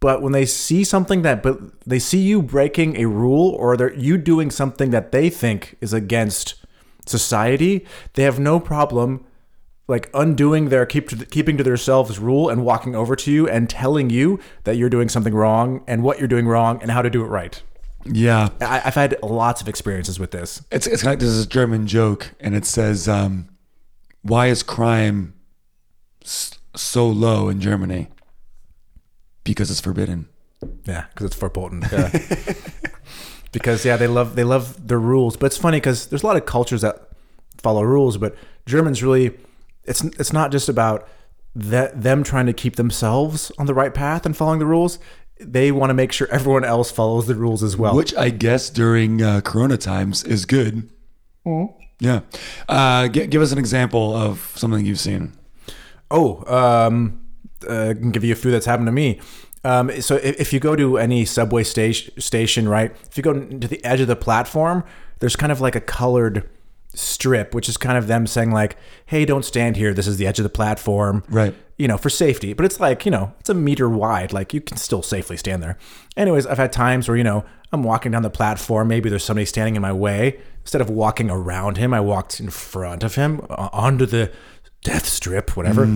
A: but when they see something that, but they see you breaking a rule or they're you doing something that they think is against society, they have no problem like undoing their keep to keeping to themselves rule and walking over to you and telling you that you're doing something wrong and what you're doing wrong and how to do it right.
B: Yeah.
A: I, I've had lots of experiences with this.
B: It's it's kind of like this is a German joke, and it says, um, "Why is crime s- so low in Germany? Because it's forbidden."
A: Yeah, because it's forbidden. Yeah. because yeah, they love they love their rules, but it's funny because there's a lot of cultures that follow rules, but Germans really, it's it's not just about that them trying to keep themselves on the right path and following the rules. They want to make sure everyone else follows the rules as well.
B: which I guess during uh, Corona times is good.
A: Mm-hmm.
B: Yeah, uh, g- give us an example of something you've seen.
A: Oh, um, uh, I can give you a few that's happened to me. Um, so if, if you go to any subway station, station, right? If you go to the edge of the platform, there's kind of like a colored strip, which is kind of them saying like, "Hey, don't stand here. This is the edge of the platform."
B: Right.
A: You know, for safety. But it's like you know, it's a meter wide. Like you can still safely stand there. Anyways, I've had times where you know I'm walking down the platform. Maybe there's somebody standing in my way. Instead of walking around him, I walked in front of him uh, onto the death strip, whatever.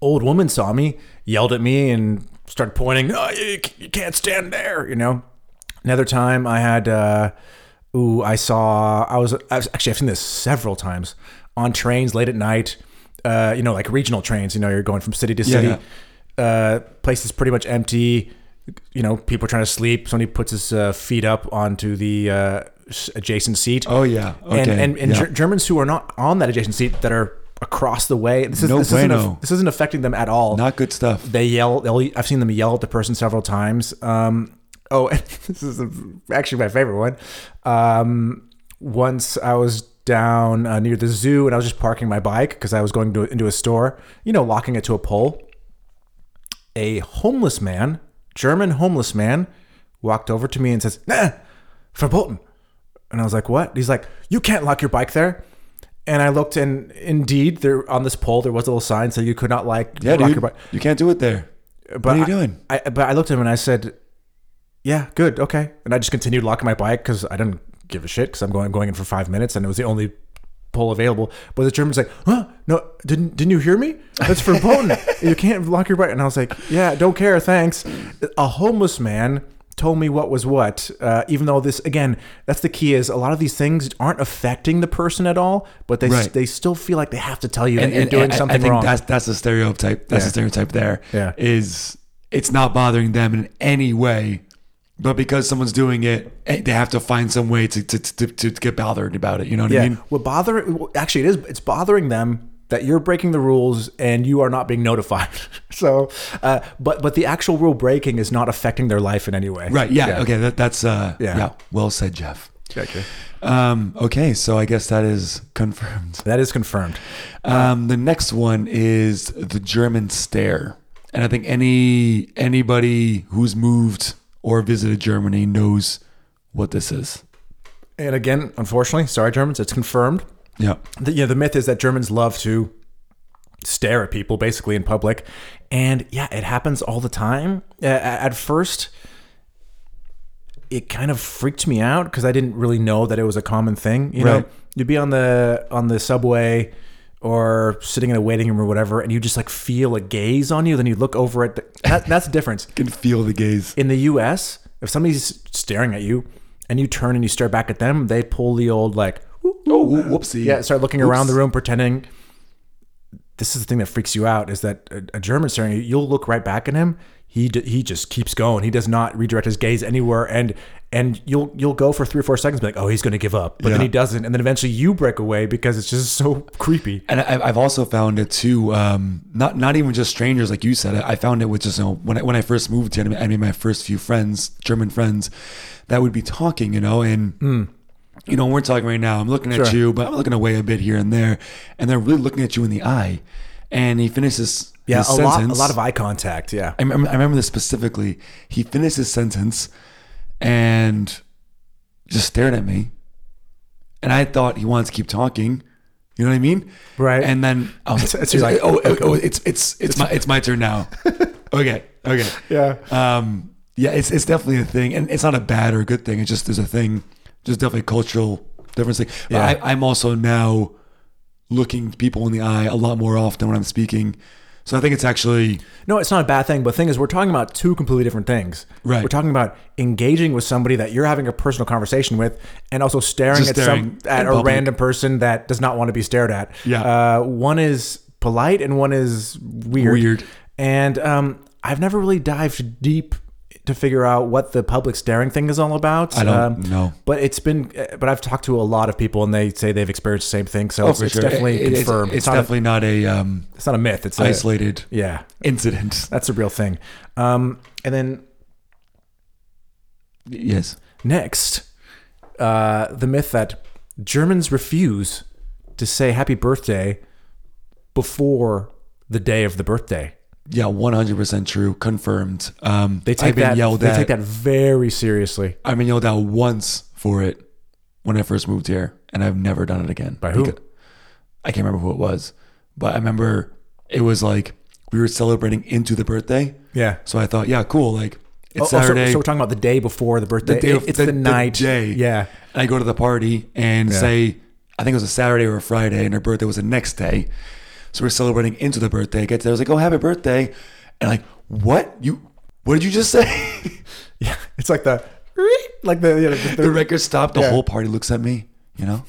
A: Old woman saw me, yelled at me, and started pointing. Oh, you, you can't stand there, you know. Another time, I had, uh, ooh, I saw. I was, I was actually I've seen this several times on trains late at night. Uh, you know, like regional trains. You know, you're going from city to city.
B: yeah.
A: Uh, place is pretty much empty. You know, people are trying to sleep. Somebody puts his uh, feet up onto the uh, s- adjacent seat.
B: Oh yeah. Okay.
A: And and, and
B: yeah.
A: Ger- Germans who are not on that adjacent seat that are across the way. This is
B: No
A: this,
B: bueno.
A: isn't, this isn't affecting them at all.
B: not good stuff.
A: they yell. They'll, e, I've seen them yell at the person several times. Um, oh, and this is actually my favorite one. Um, once I was down uh, near the zoo and I was just parking my bike because I was going to, into a store. You know, locking it to a pole a homeless man, German homeless man, walked over to me and says, nah, verboten. And I was like, what? He's like, you can't lock your bike there. And I looked, and indeed, there on this poll there was a little sign so you could not like
B: Yeah,
A: rock
B: dude.
A: your body.
B: You can't do it there.
A: But
B: What are you
A: I-
B: doing?
A: I, but I looked at him and I said, "Yeah, good, okay." And I just continued locking my bike because I didn't give a shit because I'm going going in for five minutes and it was the only pole available. But the German's like, "Huh? No, didn't didn't you hear me? That's verboten. you can't lock your bike." And I was like, "Yeah, don't care, thanks." A homeless man told me what was what uh, even though this again that's the key is a lot of these things aren't affecting the person at all but they
B: Right.
A: they still feel like they have to tell you that you're
B: and-
A: doing
B: and I-
A: something
B: I think
A: wrong
B: That's that's a stereotype. That's
A: Yeah.
B: a stereotype. There is
A: Yeah.
B: it's not bothering them in any way, but because someone's doing it, eh, they have to find some way to to, to, to get bothered about it. You know what I
A: Yeah.
B: mean?
A: Well, bother. well, Actually, it is. It's bothering them that you're breaking the rules and you are not being notified. so, uh, but but the actual rule breaking is not affecting their life in any way.
B: Right. Yeah. Okay. That, that's uh.
A: Yeah.
B: Yeah. Well said, Jeff.
A: Gotcha.
B: Um. Okay. So I guess that is confirmed.
A: That is confirmed.
B: Um, the next one is the German stare, and I think any anybody who's moved or visited Germany knows what this is.
A: And again, unfortunately, sorry, Germans, it's confirmed.
B: Yeah,
A: The, you know, the myth is that Germans love to stare at people basically in public, and yeah, it happens all the time. Uh, at first, it kind of freaked me out because I didn't really know that it was a common thing. You know,
B: Right.
A: you'd be on the on the subway or sitting in a waiting room or whatever, and you just like feel a gaze on you. Then you look over at the, that, that's the difference
B: can feel the gaze.
A: in the U.S. If somebody's staring at you and you turn and you stare back at them, they pull the old like. "Ooh,
B: Oh, whoopsie!
A: yeah, start looking around
B: Oops.
A: the room pretending. This is the thing that freaks you out is that a, a German staring at you, you'll look right back at him. He d- he just keeps going. He does not redirect his gaze anywhere, and and you'll you'll go for three or four seconds, be like, oh, he's going to give up, but then
B: Yeah.
A: he doesn't, and then eventually you break away because it's just so creepy.
B: And I, I've also found it too. Um, not not even just strangers, like you said. I I found it with just you know, when I, when I first moved here. I mean, my first few friends, German friends, that would be talking, you know, and you know, we're talking right now. I'm looking at
A: Hmm. Sure.
B: you, but I'm looking away a bit here and there, and they're really looking at you in the eye. And he finishes
A: Yeah,
B: his
A: a lot a
B: sentence.
A: lot of eye contact. Yeah,
B: I remember, I remember this specifically. He finished his sentence and just stared at me. And I thought he wanted to keep talking. You know what I mean?
A: Right.
B: And then I was
A: So you're like,
B: oh, oh, oh, it's, it's, it's, my, it's my turn now. okay. Okay.
A: yeah.
B: Um, yeah, it's, it's definitely a thing. And it's not a bad or a good thing. It just is a thing. Just definitely a cultural difference. Thing. But
A: Yeah.
B: I, I'm also now looking people in the eye a lot more often when I'm speaking. So I think it's actually
A: No, it's not a bad thing, but the thing is, we're talking about two completely different things.
B: Right.
A: We're talking about engaging with somebody that you're having a personal conversation with, and also staring
B: Just
A: at
B: staring
A: some at
B: in
A: a
B: public.
A: random person that does not want to be stared at.
B: Yeah.
A: Uh, one is polite, and one is weird.
B: Weird.
A: And um, I've never really dived deep to figure out what the public staring thing is all about. Um,
B: I don't know.
A: But it's been, uh, but I've talked to a lot of people, and they say they've experienced the same thing. So it's,
B: Oh, for
A: it's
B: sure.
A: definitely
B: It- it- it's-
A: confirmed.
B: It's,
A: not
B: definitely not a um,
A: a, it's not a myth. It's a,
B: isolated
A: Yeah.
B: incident.
A: That's a real thing. Um, and then
B: Yes.
A: next, uh, the myth that Germans refuse to say happy birthday before the day of the birthday.
B: Yeah, one hundred percent true. Confirmed. Um,
A: They take
B: I've been
A: that.
B: yelled
A: they
B: at.
A: take that very seriously.
B: I've been yelled at once for it when I first moved here, and I've never done it again.
A: By who?
B: Beca- I can't remember who it was, but I remember it was like we were celebrating into the birthday.
A: Yeah.
B: So I thought, yeah, cool. Like it's
A: Oh, oh, so-
B: Saturday.
A: So, we're talking about the day before the birthday.
B: day
A: It-
B: of-
A: it's
B: the-
A: the,
B: the
A: night.
B: day.
A: Yeah.
B: and I go to the party and say, I think it was a Saturday or a Friday, and her birthday was the next day. So we're celebrating into the birthday. I get there, I was like, oh, happy birthday. And like, what? You, what did you just say?
A: Yeah. It's like the like the, you know, the-
B: the
A: the-
B: record stopped. The whole party looks at me, you know,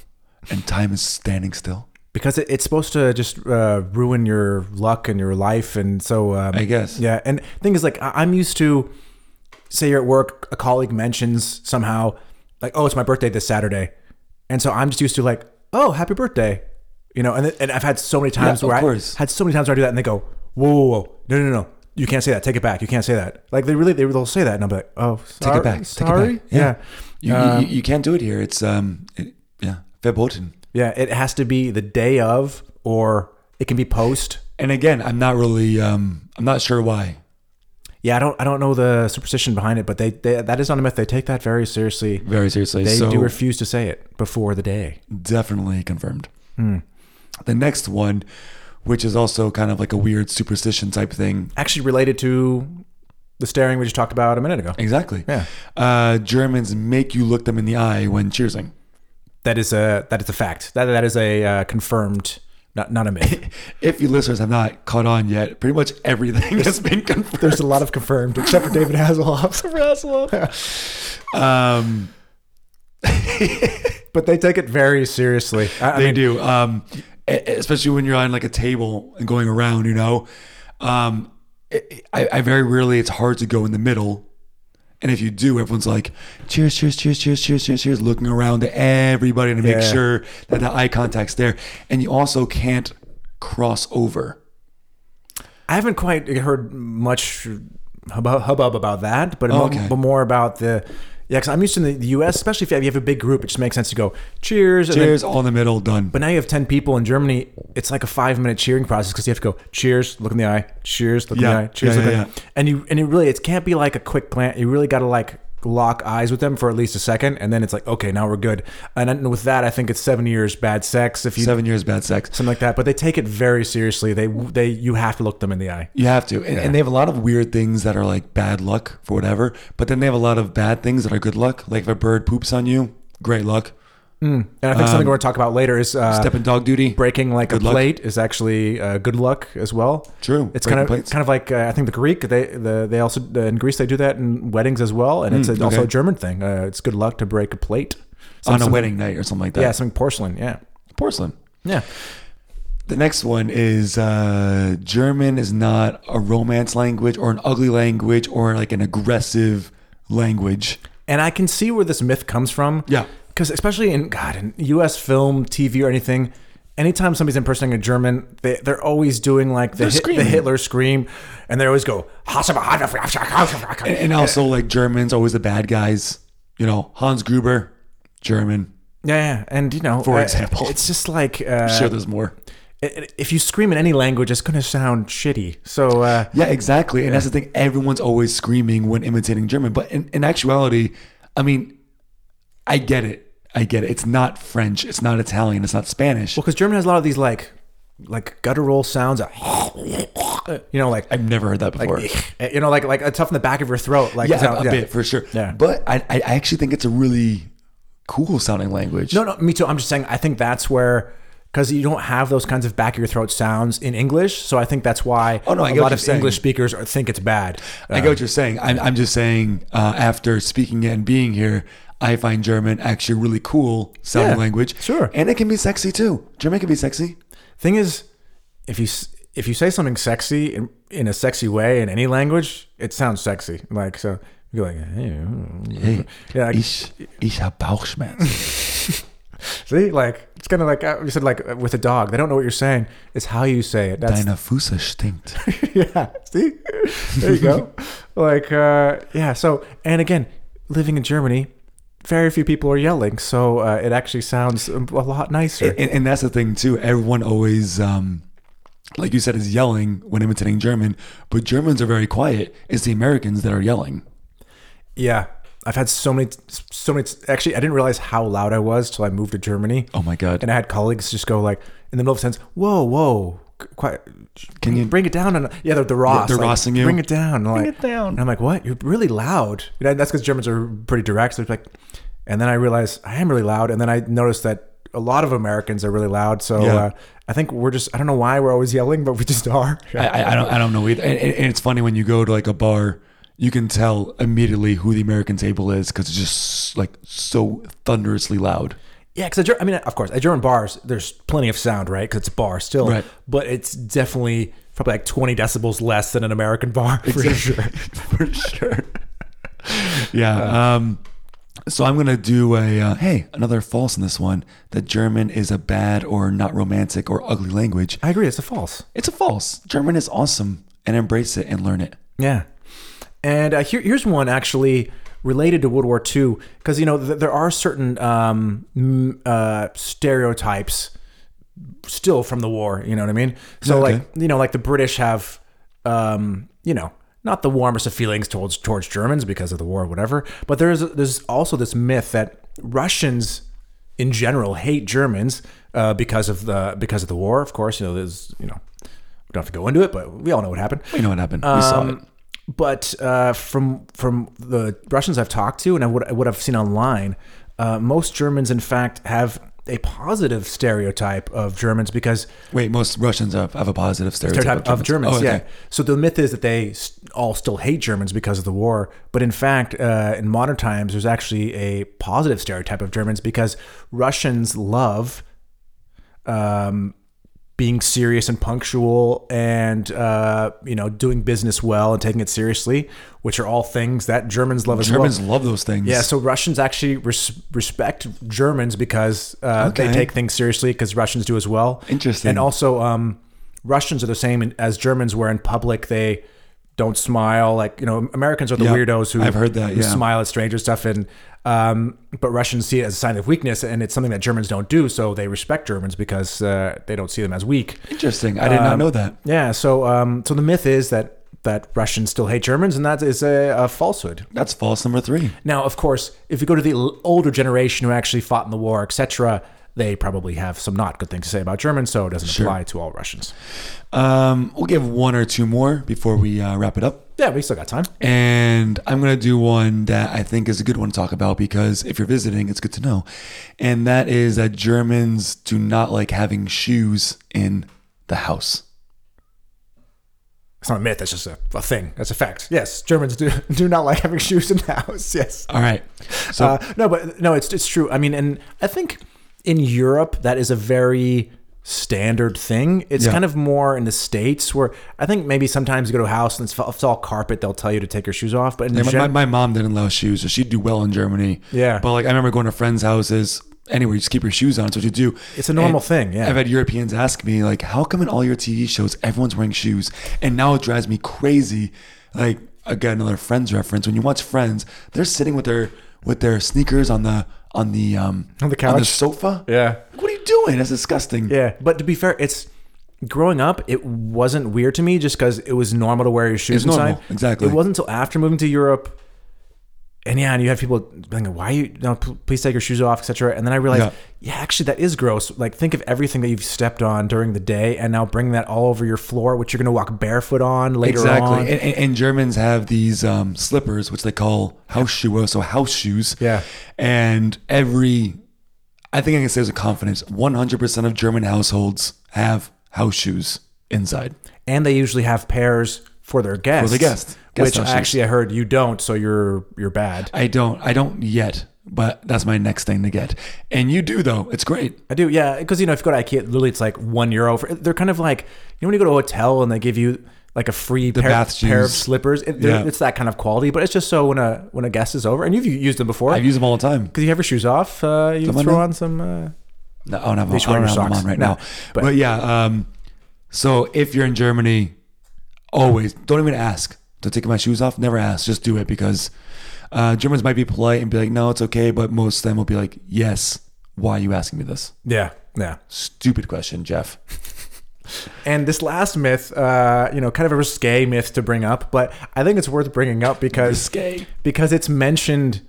B: and time is standing still.
A: because it, it's supposed to just uh, ruin your luck and your life, and so um,
B: I guess.
A: Yeah, and thing is, like, I- I'm used to, say you're at work, a colleague mentions somehow, like, oh, it's my birthday this Saturday, and so I'm just used to like, oh, happy birthday, you know, and and I've had so many times
B: Yeah, of
A: where
B: course.
A: I had so many times where I do that, and they go, whoa, whoa, whoa, no, no, no. You can't say that. Take it back. You can't say that. Like they really, they will say that, and I'm like, oh, sorry,
B: Take it back.
A: Sorry,
B: Take it back. Yeah. You,
A: yeah. Um,
B: you, you can't do it here. It's um, it, yeah, verboten.
A: yeah. It has to be the day of, or it can be post.
B: And again, I'm not really, um, I'm not sure why.
A: Yeah, I don't I don't know the superstition behind it, but they, they that is not a myth. They take that very seriously.
B: Very seriously.
A: They
B: so
A: do refuse to say it before the day.
B: definitely confirmed. The next one, which is also kind of like a weird superstition type thing,
A: Actually, related to the staring we just talked about a minute ago.
B: exactly.
A: Yeah.
B: Uh, Germans make you look them in the eye when cheersing.
A: That is a that is a fact. That that is a uh, confirmed, not not a myth.
B: If you listeners have not caught on yet, pretty much everything has been confirmed.
A: There's a lot of confirmed, except for David Hasselhoff.
B: Um,
A: But they take it very seriously. I, I
B: they
A: mean,
B: do, um, e- especially when you're on like a table and going around. You know, um, I, I I very rarely. It's hard to go in the middle, and if you do, everyone's like, "Cheers, cheers, cheers, cheers, cheers, cheers, cheers!" Looking around to everybody to make
A: Yeah.
B: sure that the eye contact's there, and you also can't cross over.
A: I haven't quite heard much hubbub, hubbub about that, but, mo-
B: Oh, okay.
A: but more about the. Yeah, because I'm used to in the, the U.S., especially if you have, you have a big group, it just makes sense to go cheers. and then-
B: Cheers, all in the middle, done.
A: but now you have ten people in Germany. It's like a five minute cheering process because you have to go cheers, look in the eye, cheers, look
B: Yeah.
A: in the eye, cheers,
B: Yeah,
A: look
B: yeah,
A: in the eye. and you and it really it can't be like a quick glance. You really got to like lock eyes with them for at least a second, and then it's like okay, now we're good. And then with that, I think it's seven years bad sex if you
B: Seven years bad sex.
A: something like that. But they take it very seriously. They they you have to look them in the eye.
B: You have to. And, and they have a lot of weird things that are like bad luck for whatever, but then they have a lot of bad things that are good luck. Like if a bird poops on you, great luck.
A: And I think something we're going to talk about later is uh,
B: Step in dog duty.
A: breaking like a
B: luck.
A: plate is actually uh, good luck as well.
B: True.
A: It's
B: Breaking
A: kind of
B: plates.
A: kind of like uh, I think the Greek they the, they also uh, in Greece they do that in weddings as well, and it's a, also
B: okay.
A: a German thing. Uh, it's good luck to break a plate
B: on a
A: Some-
B: wedding night or something like that.
A: Yeah, something porcelain. Yeah,
B: Porcelain.
A: yeah.
B: The next one is uh, German is not a romance language or an ugly language or like an aggressive language.
A: And I can see where this myth comes from.
B: Yeah.
A: because especially in God in U.S. film, TV, or anything. Anytime somebody's impersonating a German, they, they're always doing like the,
B: They're
A: Hit- the
B: screaming.
A: Hitler scream, and they always go,
B: And, and also like Germans, always the bad guys. You know, Hans Gruber, German.
A: Yeah, yeah, and you know, for
B: example.
A: it's just like uh,
B: Sure, there's more.
A: i- i- if you scream in any language, it's going to sound shitty. So uh,
B: Yeah, exactly. And that's the thing. Everyone's always screaming when imitating German. But in, in actuality, I mean, I get it. I get it. It's not French. It's not Italian. It's not Spanish.
A: because German has a lot of these like like guttural sounds, uh, you know, like eh,
B: I've never heard that before.
A: you know, like like a tough in the back of your throat, like
B: yeah,
A: sound-
B: a, a
A: yeah.
B: bit for sure.
A: Yeah.
B: But I, I I actually think it's a really cool sounding language.
A: No, no, me too. I'm just saying. I think that's where because you don't have those kinds of back of your throat sounds in English, so I think that's why
B: Oh, no, I
A: a
B: get what
A: lot
B: you're
A: of
B: saying.
A: English speakers are, think it's bad.
B: I get what you're saying. I'm, I'm just saying, uh, after speaking it and being here, I find German actually a really cool sounding
A: Yeah,
B: language.
A: sure.
B: And it can be sexy too. German can be sexy.
A: Thing is, if you s- if you say something sexy in, in a sexy way in any language, it sounds sexy. Like so, you go like, hey, mm,
B: Hey,
A: yeah, like,
B: ich, ich hab Bauchschmerzen.
A: see, like it's kind of like uh, you said, like uh, with a dog, they don't know what you're saying. It's how you say it. That's
B: Deine Füße stinkt.
A: yeah. See, there you go. like uh, yeah. So and again, living in Germany. Very few people are yelling, so uh, it actually sounds a lot nicer.
B: and, and that's the thing too. Everyone always, um, like you said, is yelling when imitating German, but Germans are very quiet. It's the Americans that are yelling.
A: yeah, I've had so many, so many. Actually, I didn't realize how loud I was till I moved to Germany.
B: Oh my god!
A: and I had colleagues just go like in the middle of a sentence, "Whoa, whoa, c- quiet! Can you bring it down?" And yeah, they're, they're Ross.
B: they're
A: like,
B: Rossing you.
A: Bring it down. Bring
B: it down.
A: And I'm like, "What? You're really loud." You know, that's because Germans are pretty direct. So it's like, and then I realized I am really loud, and then I noticed that a lot of Americans are really loud. So
B: Yeah.
A: uh, I think we're just I don't know why we're always yelling, but we just are.
B: I, I, I don't, I don't know either. And, and, and it's funny when you go to like a bar, you can tell immediately who the American table is because it's just like so thunderously loud.
A: Yeah, because I mean, of course, at German bars, there's plenty of sound, right? Because it's a bar still,
B: Right.
A: but it's definitely probably like 20 decibels less than an American bar for sure.
B: for sure. yeah. Um, so I'm gonna do a uh, hey another false in this one that German is a bad or not romantic or ugly language.
A: I agree. It's a false.
B: It's a false. German is awesome and embrace it and learn it.
A: Yeah. And uh, here, here's one actually related to World War II, because you know th- there are certain um, m- uh, stereotypes still from the war. You know what I mean? So
B: Okay.
A: like you know like the British have um, you know not the warmest of feelings towards towards Germans because of the war or whatever, but there's there's also this myth that Russians in general hate Germans uh, because of the because of the war. Of course, you know, there's you know, we don't have to go into it, but we all know what happened.
B: We know what happened. we saw it.
A: Um, But uh, from from the Russians I've talked to, and I would what I've seen online, uh, most Germans, in fact, have a positive stereotype of Germans because
B: Wait, most Russians have, have a positive stereotype,
A: stereotype of Germans.
B: Oh, okay.
A: yeah. So the myth is that they s- all still hate Germans because of the war, but in fact, uh, in modern times, there's actually a positive stereotype of Germans because Russians love um, being serious and punctual, and uh, you know, doing business well and taking it seriously, which are all things that Germans love as well.
B: Germans love those things.
A: Yeah, so Russians actually res- respect Germans because uh, they
B: Okay.
A: take things seriously because Russians do as well.
B: Interesting.
A: And also, um, Russians are the same in, as Germans, where in public they don't smile. Like you know, Americans are the
B: Yeah,
A: weirdos who
B: I've heard that,
A: who
B: yeah.
A: smile at strangers stuff, and um, but Russians see it as a sign of weakness, and it's something that Germans don't do. So they respect Germans because uh, they don't see them as weak.
B: Interesting. I did
A: Um,
B: not know that.
A: Yeah. So um, so the myth is that that Russians still hate Germans, and that is a, a falsehood.
B: That's false number three.
A: Now, of course, if you go to the l- older generation who actually fought in the war, etc., they probably have some not good things to say about Germans, so it doesn't apply to all Russians.
B: Um, we'll give one or two more before we uh, wrap it up.
A: Yeah, we still got time.
B: And I'm going to do one that I think is a good one to talk about because if you're visiting, it's good to know. And that is that Germans do not like having shoes in the house.
A: It's not a myth. That's just a, a thing. That's a fact. Yes, Germans do do not like having shoes in the house. Yes.
B: All right. So
A: Uh, no, but no, it's it's true. I mean, and I think in Europe that is a very standard thing. It's
B: Yeah.
A: kind of more in the states where I think maybe sometimes you go to a house and it's, f- it's all carpet. They'll tell you to take your shoes off, but in
B: Yeah, my,
A: gen-
B: my, my mom didn't allow shoes, so she'd do well in Germany.
A: Yeah.
B: But like I remember going to friends' houses. Anyway, you just keep your shoes on. It's what you do.
A: It's a normal thing, yeah.
B: I've had Europeans ask me like, "How come in all your TV shows everyone's wearing shoes?" And now it drives me crazy. Like again, another Friends reference. When you watch Friends, they're sitting with their with their sneakers on the on the um
A: On the
B: on the
A: couch?
B: sofa.
A: Yeah.
B: Like, what are you doing? That's disgusting.
A: Yeah, but to be fair, it's growing up. It wasn't weird to me just because it was normal to wear your shoes
B: It's normal,
A: inside.
B: exactly.
A: It wasn't until after moving to Europe, and yeah, and you have people thinking, "Why are you? No, p- please take your shoes off, etc." And then I realized, yeah. actually, that is gross. Like, think of everything that you've stepped on during the day, and now bring that all over your floor, which you're going to walk barefoot on later
B: Exactly.
A: on.
B: And, and, and Germans have these um, slippers, which they call house shoe, so house shoes.
A: Yeah.
B: And every, I think I can say this with confidence 100% of German households have house shoes inside.
A: and they usually have pairs for their guests.
B: their guests. Guest
A: which
B: house shoes.
A: actually, I heard you don't, so you're you're bad.
B: I don't, I don't yet, but that's my next thing to get. And you do, though. It's great.
A: I do, yeah, because you know if you go to IKEA, literally it's like one euro. For, they're kind of like you know when you go to a hotel and they give you like a free pair,
B: bath
A: pair of
B: shoes.
A: slippers. It, they're-
B: Yeah.
A: It's that kind of quality, but it's just so when a when a guest is over and you've used them before
B: I use them all the time.
A: because you have your shoes off, uh, you
B: on
A: throw
B: now.
A: on some. Uh,
B: No, I don't have, I
A: should wear
B: don't
A: your
B: have them
A: socks.
B: on right
A: No,
B: now.
A: but-
B: But, yeah, um, so if you're in Germany, always don't even ask. Don't take my shoes off. Never ask. Just do it because uh, Germans might be polite and be like, "No, it's okay," but most of them will be like, "Yes, why are you asking me this?"
A: yeah, yeah.
B: Stupid question, Jeff.
A: And this last myth, uh, you know, kind of a risque myth to bring up, but I think it's worth bringing up because
B: Risque.
A: because it's mentioned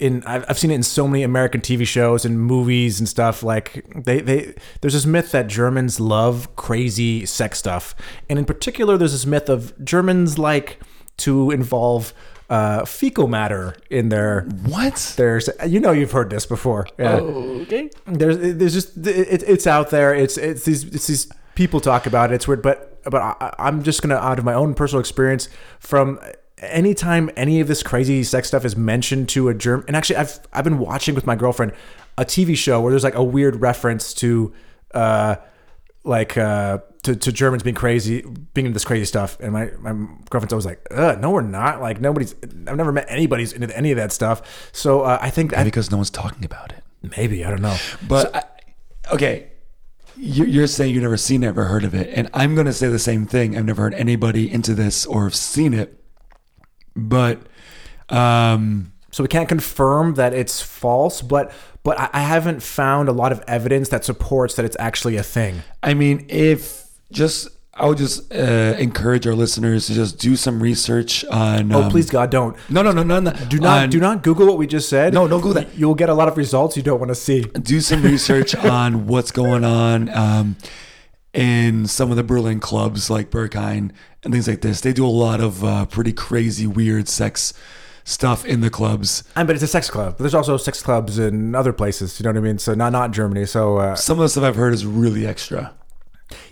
A: in I've, I've seen it in so many American TV shows and movies and stuff. Like they they there's this myth that Germans love crazy sex stuff, and in particular, there's this myth of Germans like to involve uh, fecal matter in their
B: What?
A: there's you know you've heard this before. Yeah.
B: Okay.
A: There's there's just it, it's out there. It's it's these it's these people talk about it. It's weird, but but I, I'm just gonna out of my own personal experience from anytime any of this crazy sex stuff is mentioned to a germ. And actually, I've I've been watching with my girlfriend a TV show where there's like a weird reference to. uh like uh to, to Germans being crazy, being into this crazy stuff, and my my girlfriend's always like, "Ugh, no, we're not. Like nobody's. I've never met anybody's into any of that stuff." So uh, I think I,
B: Because no one's talking about it.
A: maybe I don't know.
B: But I, okay, you- you're saying you've never seen it, never heard of it, and I'm gonna say the same thing. I've never heard anybody into this or have seen it, but um,
A: So we can't confirm that it's false, but but I, I haven't found a lot of evidence that supports that it's actually a thing.
B: I mean, if just I would just uh, encourage our listeners to just do some research on.
A: Oh,
B: um,
A: please, God, don't.
B: No, no, no, no. no
A: Do not
B: on-
A: do not Google what we just said.
B: No, don't Google that.
A: You'll get a lot of results you don't want to see.
B: do some research on what's going on um, in some of the Berlin clubs like Berghain and things like this. They do a lot of uh, pretty crazy, weird sex stuff in the clubs.
A: I mean, but it's a sex club. But there's also sex clubs in other places. You know what I mean? So not not Germany. So uh,
B: Some of the stuff I've heard is really extra.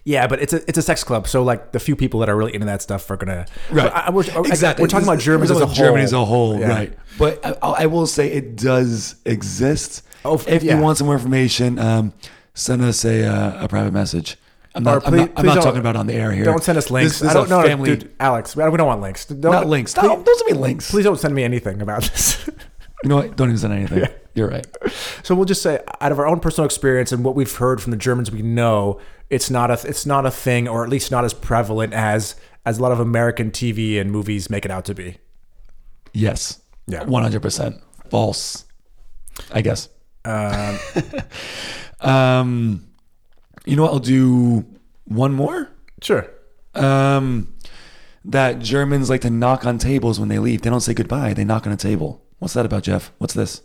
A: yeah, but it's a it's a sex club. So like the few people that are really into that stuff are gonna
B: Right.
A: I, I- we're, I- We're talking about
B: This-
A: Germans
B: we're
A: as a
B: talking
A: whole.
B: about Germany as a whole,
A: Yeah.
B: right? But I, I will say it does exist.
A: Oh, f-
B: if
A: yeah.
B: you want some more information, um, send us a, uh, a private message. I'm
A: Or
B: not, I'm
A: please-
B: not, I'm not
A: please don't-
B: talking about on the air here.
A: Don't send us links.
B: This, this
A: I
B: is
A: don't
B: a
A: know,
B: family,
A: dude. Alex, we we don't want links. Don't,
B: not links.
A: Please,
B: No, don't send me links.
A: please don't send me anything about this.
B: You know what? Don't even send anything. You're right.
A: so we'll just say, out of our own personal experience and what we've heard from the Germans, we know it's not a it's not a thing, or at least not as prevalent as as a lot of American TV and movies make it out to be.
B: Yes.
A: Yeah.
B: One hundred percent false. I guess.
A: Um,
B: Um, you know what? I'll do one more.
A: sure.
B: Um, that Germans like to knock on tables when they leave. They don't say goodbye. They knock on a table. What's that about, Jeff? What's this?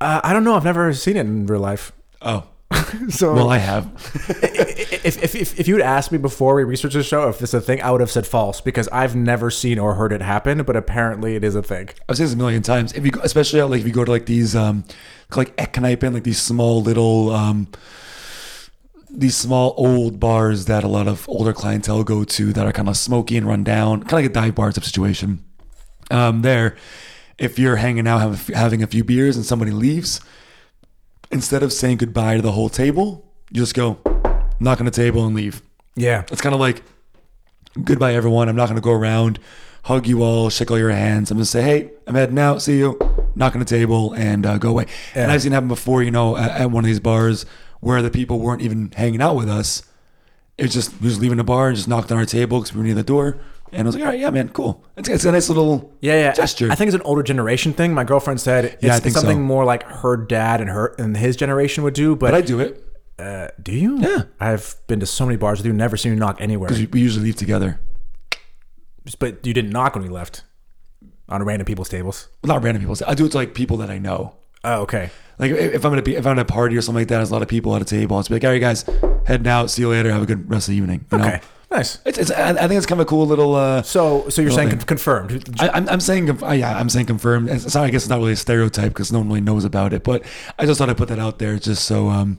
A: Uh, I don't know. I've never seen it in real life.
B: Oh,
A: So
B: well, I have.
A: if, if, if, if you had asked me before we researched the show if this is a thing, I would have said false because I've never seen or heard it happen, but apparently it is a thing.
B: I've said this a million times. If you, go- especially like if you go to like these, um, like Eckkneipen, like these small little, um, these small old bars that a lot of older clientele go to that are kind of smoky and run down, kind of like a dive bar type situation. Um, there, if you're hanging out have, having a few beers and somebody leaves, instead of saying goodbye to the whole table, you just go knock on the table and leave.
A: Yeah.
B: It's kind of like goodbye, everyone. I'm not going to go around, hug you all, shake all your hands. I'm going to say, hey, I'm heading out. See you. Knock on the table and uh, go away. And I've seen it happen before, you know, at, at one of these bars where the people weren't even hanging out with us. It was just, we was leaving the bar and just knocked on our table because we were near the door. And I was like, all right, yeah, man, cool. It's, it's a nice little
A: Yeah, yeah.
B: gesture.
A: I think it's an older generation thing. My girlfriend said it's,
B: Yeah, I
A: it's
B: think
A: something
B: so.
A: more like her dad and her and his generation would do.
B: but I
A: But,
B: do it.
A: uh, do you?
B: Yeah.
A: I've been to so many bars with you, never seen you knock anywhere.
B: We we usually leave together.
A: But you didn't knock when we left on random people's tables.
B: Well, not random people. I do it to like people that I know.
A: Oh, okay.
B: Like if if I'm gonna be if I'm at a party or something like that, there's a lot of people at a table. I'll just be like, all right, guys, heading out. See you later. Have a good rest of the evening. You
A: Okay.
B: Know?
A: Nice.
B: It's, it's, I, I think it's kind of a cool little. Uh,
A: So, so you're saying
B: thing.
A: con- confirmed?
B: I, I'm, I'm saying, conf- uh, yeah, I'm saying confirmed. It's not, I guess it's not really a stereotype because no one really knows about it. But I just thought I'd put that out there just so um,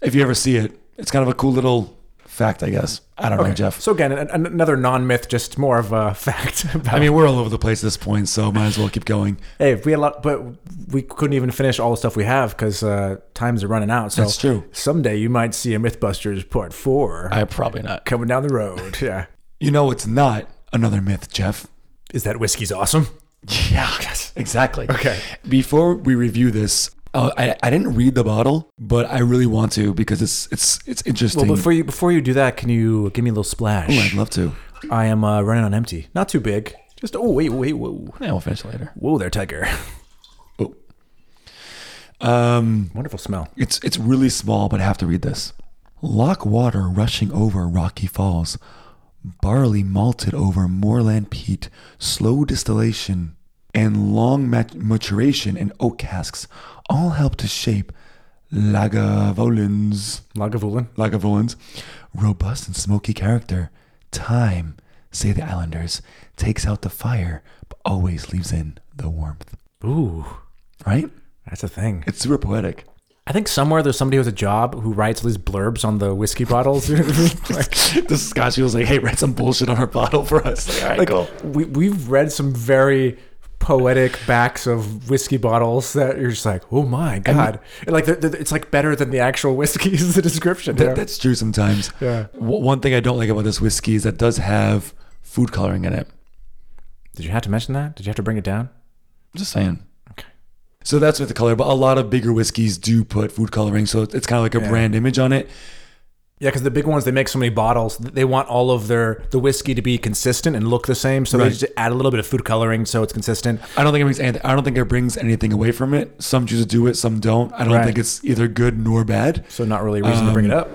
B: if you ever see it, it's kind of a cool little fact, I guess. I don't know, Jeff.
A: So again, an, an- another non-myth, just more of a fact. About,
B: I mean, we're all over the place at this point, so might as well keep going.
A: hey, we had a lot, but we couldn't even finish all the stuff we have because uh, times are running out. So
B: That's true.
A: Someday you might see a MythBusters Part Four
B: I probably not.
A: coming down the road. Yeah,
B: You know, it's not another myth, Jeff.
A: is that whiskey's awesome?
B: Yeah, yes, exactly.
A: Okay.
B: Before we review this, uh, I I didn't read the bottle, but I really want to because it's it's it's interesting.
A: Well, before you before you do that, can you give me a little splash?
B: I'd love to.
A: I am uh, running on empty. Not too big. Just oh wait wait whoa
B: Yeah, we'll finish later.
A: whoa there tiger.
B: Oh. Um,
A: Wonderful smell.
B: it's it's really small, but I have to read this. Lock water rushing over rocky falls, barley malted over moorland peat, slow distillation and long mat- maturation in oak casks all help to shape Lagavulins.
A: Lagavulin.
B: Lagavulins, robust and smoky character. Time, say the islanders, takes out the fire, but always leaves in the warmth.
A: Ooh,
B: Right?
A: that's a thing.
B: It's super poetic.
A: I think somewhere there's somebody who has a job who writes all these blurbs on the whiskey bottles. Like,
B: this Scotch was like, hey, write some bullshit on our bottle for us. Like, all right,
A: like
B: cool.
A: we we've read some very poetic backs of whiskey bottles that you're just like, oh my god, and like they're, they're- it's like better than the actual whiskey is the description.
B: That,
A: you know?
B: That's true sometimes.
A: Yeah.
B: W- one thing I don't like about this whiskey is that does have food coloring in it.
A: Did you have to mention that? Did you have to bring it down?
B: Just saying.
A: Okay.
B: So that's with the color, but a lot of bigger whiskeys do put food coloring, so it's kind of like a brand image on it.
A: Yeah, because the big ones they make so many bottles, th- they want all of their the whiskey to be consistent and look the same, so they
B: Right.
A: just add a little bit of food coloring so it's consistent.
B: I don't think it brings anything. I don't think it brings anything away from it. Some choose to do it, some don't. I don't
A: Right.
B: think it's either good nor bad.
A: Um, So not really a reason to bring it up.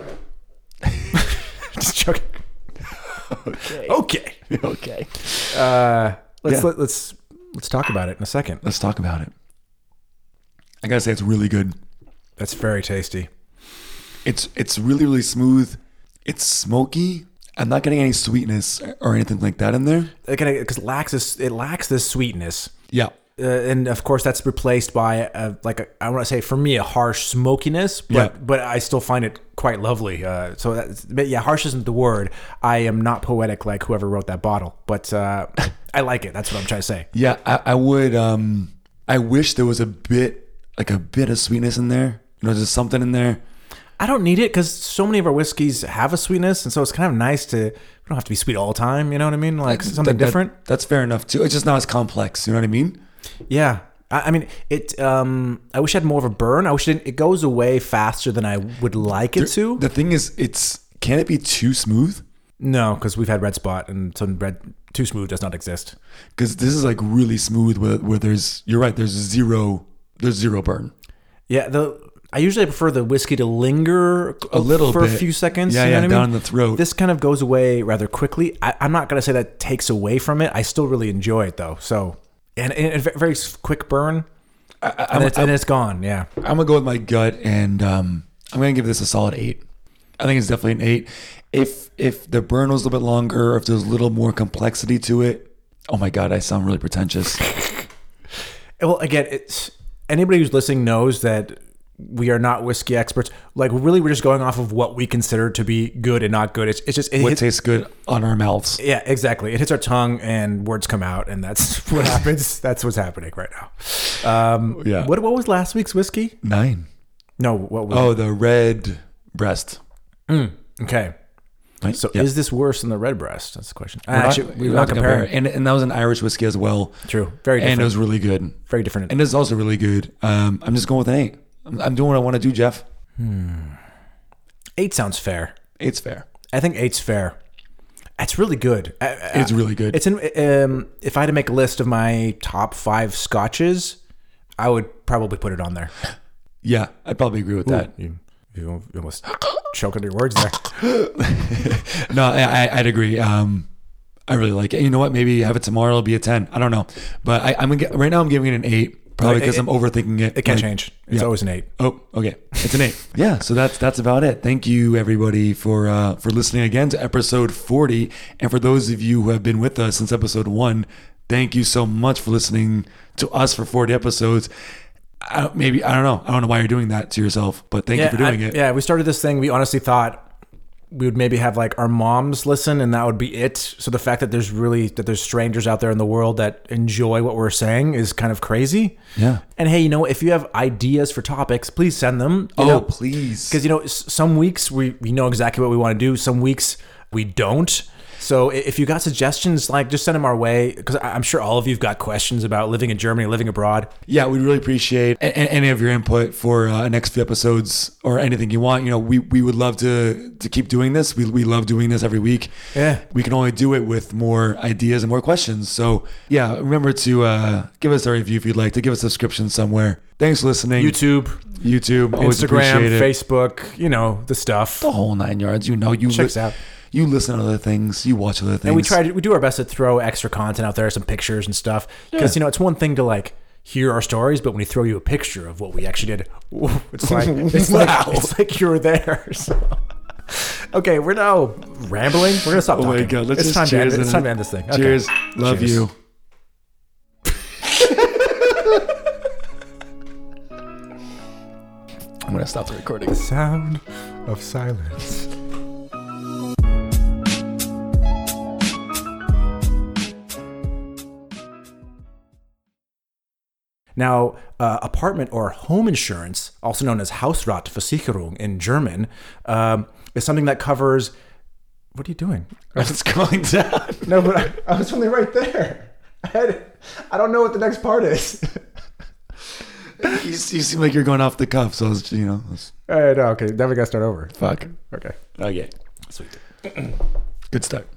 A: just joking. okay. Okay.
B: okay.
A: Uh, let's
B: Yeah.
A: let, let's let's talk about it in a second.
B: Let's talk about it. I gotta say, it's really good.
A: That's very tasty.
B: It's it's really really smooth. It's smoky. I'm not getting any sweetness or anything like that in there.
A: Because lacks this, it lacks this sweetness,
B: Yeah.
A: uh, and of course that's replaced by a, like a, I want to say for me a harsh smokiness, but
B: Yeah.
A: but I still find it quite lovely. Uh, so that's, but yeah, harsh isn't the word. I am not poetic like whoever wrote that bottle, but uh, I like it. That's what I'm trying to say.
B: Yeah. I, I would. Um. I wish there was a bit like a bit of sweetness in there. You know, just something in there.
A: I don't need it because so many of our whiskeys have a sweetness, and so it's kind of nice to. We don't have to be sweet all the time. You know what I mean? Like something
B: That- that-
A: different.
B: that's fair enough too. It's just not as complex. You know what I mean?
A: Yeah. I, I mean, it. Um, I wish I had more of a burn. I wish it, didn't- it goes away faster than I would like it to.
B: The thing is, it's can it be too smooth?
A: No, because we've had red spot, and so red too smooth does not exist.
B: Because this is like really smooth. Where, where there's you're right. There's zero. There's zero burn.
A: Yeah. The I usually prefer the whiskey to linger
B: A little
A: for
B: bit.
A: a few seconds.
B: Yeah,
A: you know
B: yeah,
A: what I
B: down
A: mean?
B: in the throat.
A: This kind of goes away rather quickly. I, I'm not gonna say that takes away from it. I still really enjoy it though. So and, and a ve- very s- quick burn. and, it's, and it's gone. Yeah.
B: I'm gonna go with my gut, and um, I'm gonna give this a solid eight. I think it's definitely an eight. If if the burn was a little bit longer, if there's a little more complexity to it, oh my god, I sound really pretentious.
A: Well, again, it's anybody who's listening knows that we are not whiskey experts. Like, really, we're just going off of what we consider to be good and not good. It's, it's just it
B: What
A: hits-
B: tastes good on our mouths?
A: yeah, exactly. It hits our tongue and words come out, and that's what happens. That's what's happening right now. Um,
B: Yeah.
A: What what was last week's whiskey?
B: Nine.
A: No, what was?
B: Oh, the red breast.
A: Okay.
B: Right?
A: So
B: Yeah.
A: is this worse than the red breast? That's the question.
B: We're not-
A: Actually,
B: we
A: we're
B: don't
A: not
B: have to compare.
A: comparing.
B: And and that was an Irish whiskey as well,
A: True. Very different.
B: and it was really good.
A: Very different.
B: And it's also really good. Um, I'm just going with an eight. I'm, I'm doing what I want to do, Jeff.
A: Eight sounds fair.
B: Eight's fair.
A: I think eight's fair. It's really good. I- I-
B: It's really good.
A: It's in. Um, if I had to make a list of my top five scotches, I would probably put it on there.
B: yeah, I'd probably agree with that.
A: You, you almost choke on your words there.
B: No, I, I, I'd agree. Um, I really like it. You know what? Maybe have it tomorrow. It'll be a ten. I don't know, but I, I'm gonna get, right now. I'm giving it an eight, probably
A: Like,
B: because
A: it-
B: I'm overthinking it.
A: It can
B: Like,
A: change. It's
B: yeah.
A: always an eight.
B: Oh, okay. It's an eight. yeah. So that's that's about it. Thank you everybody for uh, for listening again to episode forty, and for those of you who have been with us since episode one, thank you so much for listening to us for forty episodes. I don't, maybe I don't know. I don't know why you're doing that to yourself, but thank you for doing
A: I-
B: it.
A: Yeah, we started this thing. We honestly thought we would maybe have like our moms listen, and that would be it. So the fact that there's really that there's strangers out there in the world that enjoy what we're saying is kind of crazy.
B: Yeah.
A: And hey, you know, if you have ideas for topics, please send them. you
B: Oh,
A: know?
B: please.
A: because you know s- some weeks we, we know exactly what we want to do some weeks we don't so i- if you got suggestions like just send them our way because i'm sure all of you've got questions about living in germany living abroad
B: Yeah, we really appreciate a- a- any of your input for uh, next few episodes or anything you want. You know, we, we would love to to keep doing this. We, we love doing this every week.
A: Yeah.
B: we can only do it with more ideas and more questions. So yeah, remember to uh, give us a review if you'd like to give a subscription somewhere. Thanks for listening.
A: youtube
B: YouTube, Mm. always
A: instagram
B: appreciate it.
A: facebook you know the stuff
B: the whole nine yards. You know, you
A: Check us out.
B: You listen to other things. You watch other things.
A: and we try to we do our best to throw extra content out there some pictures and stuff because you know it's one thing to like hear our stories but when you throw you a picture of what we actually did it's like it's
B: Wow.
A: like it's like you were there so. okay we're now rambling we're gonna stop
B: Oh
A: talking
B: my god! Let's
A: it's
B: just
A: time to end,
B: cheers and-
A: it's time to end this thing Okay.
B: Cheers. Love
A: Cheers.
B: you. I'm gonna stop the recording.
A: sound of silence Now, uh, apartment or home insurance, also known as Hausratversicherung in German, um, is something that covers. What are you doing?
B: It's going down.
A: No, but I, I was only right there. I, had, I don't know what the next part is.
B: You, you seem like you're going off the cuff, so I was, you know, I was-
A: All right, okay, now we gotta start over.
B: fuck.
A: Okay.
B: Okay,
A: Sweet.
B: good start.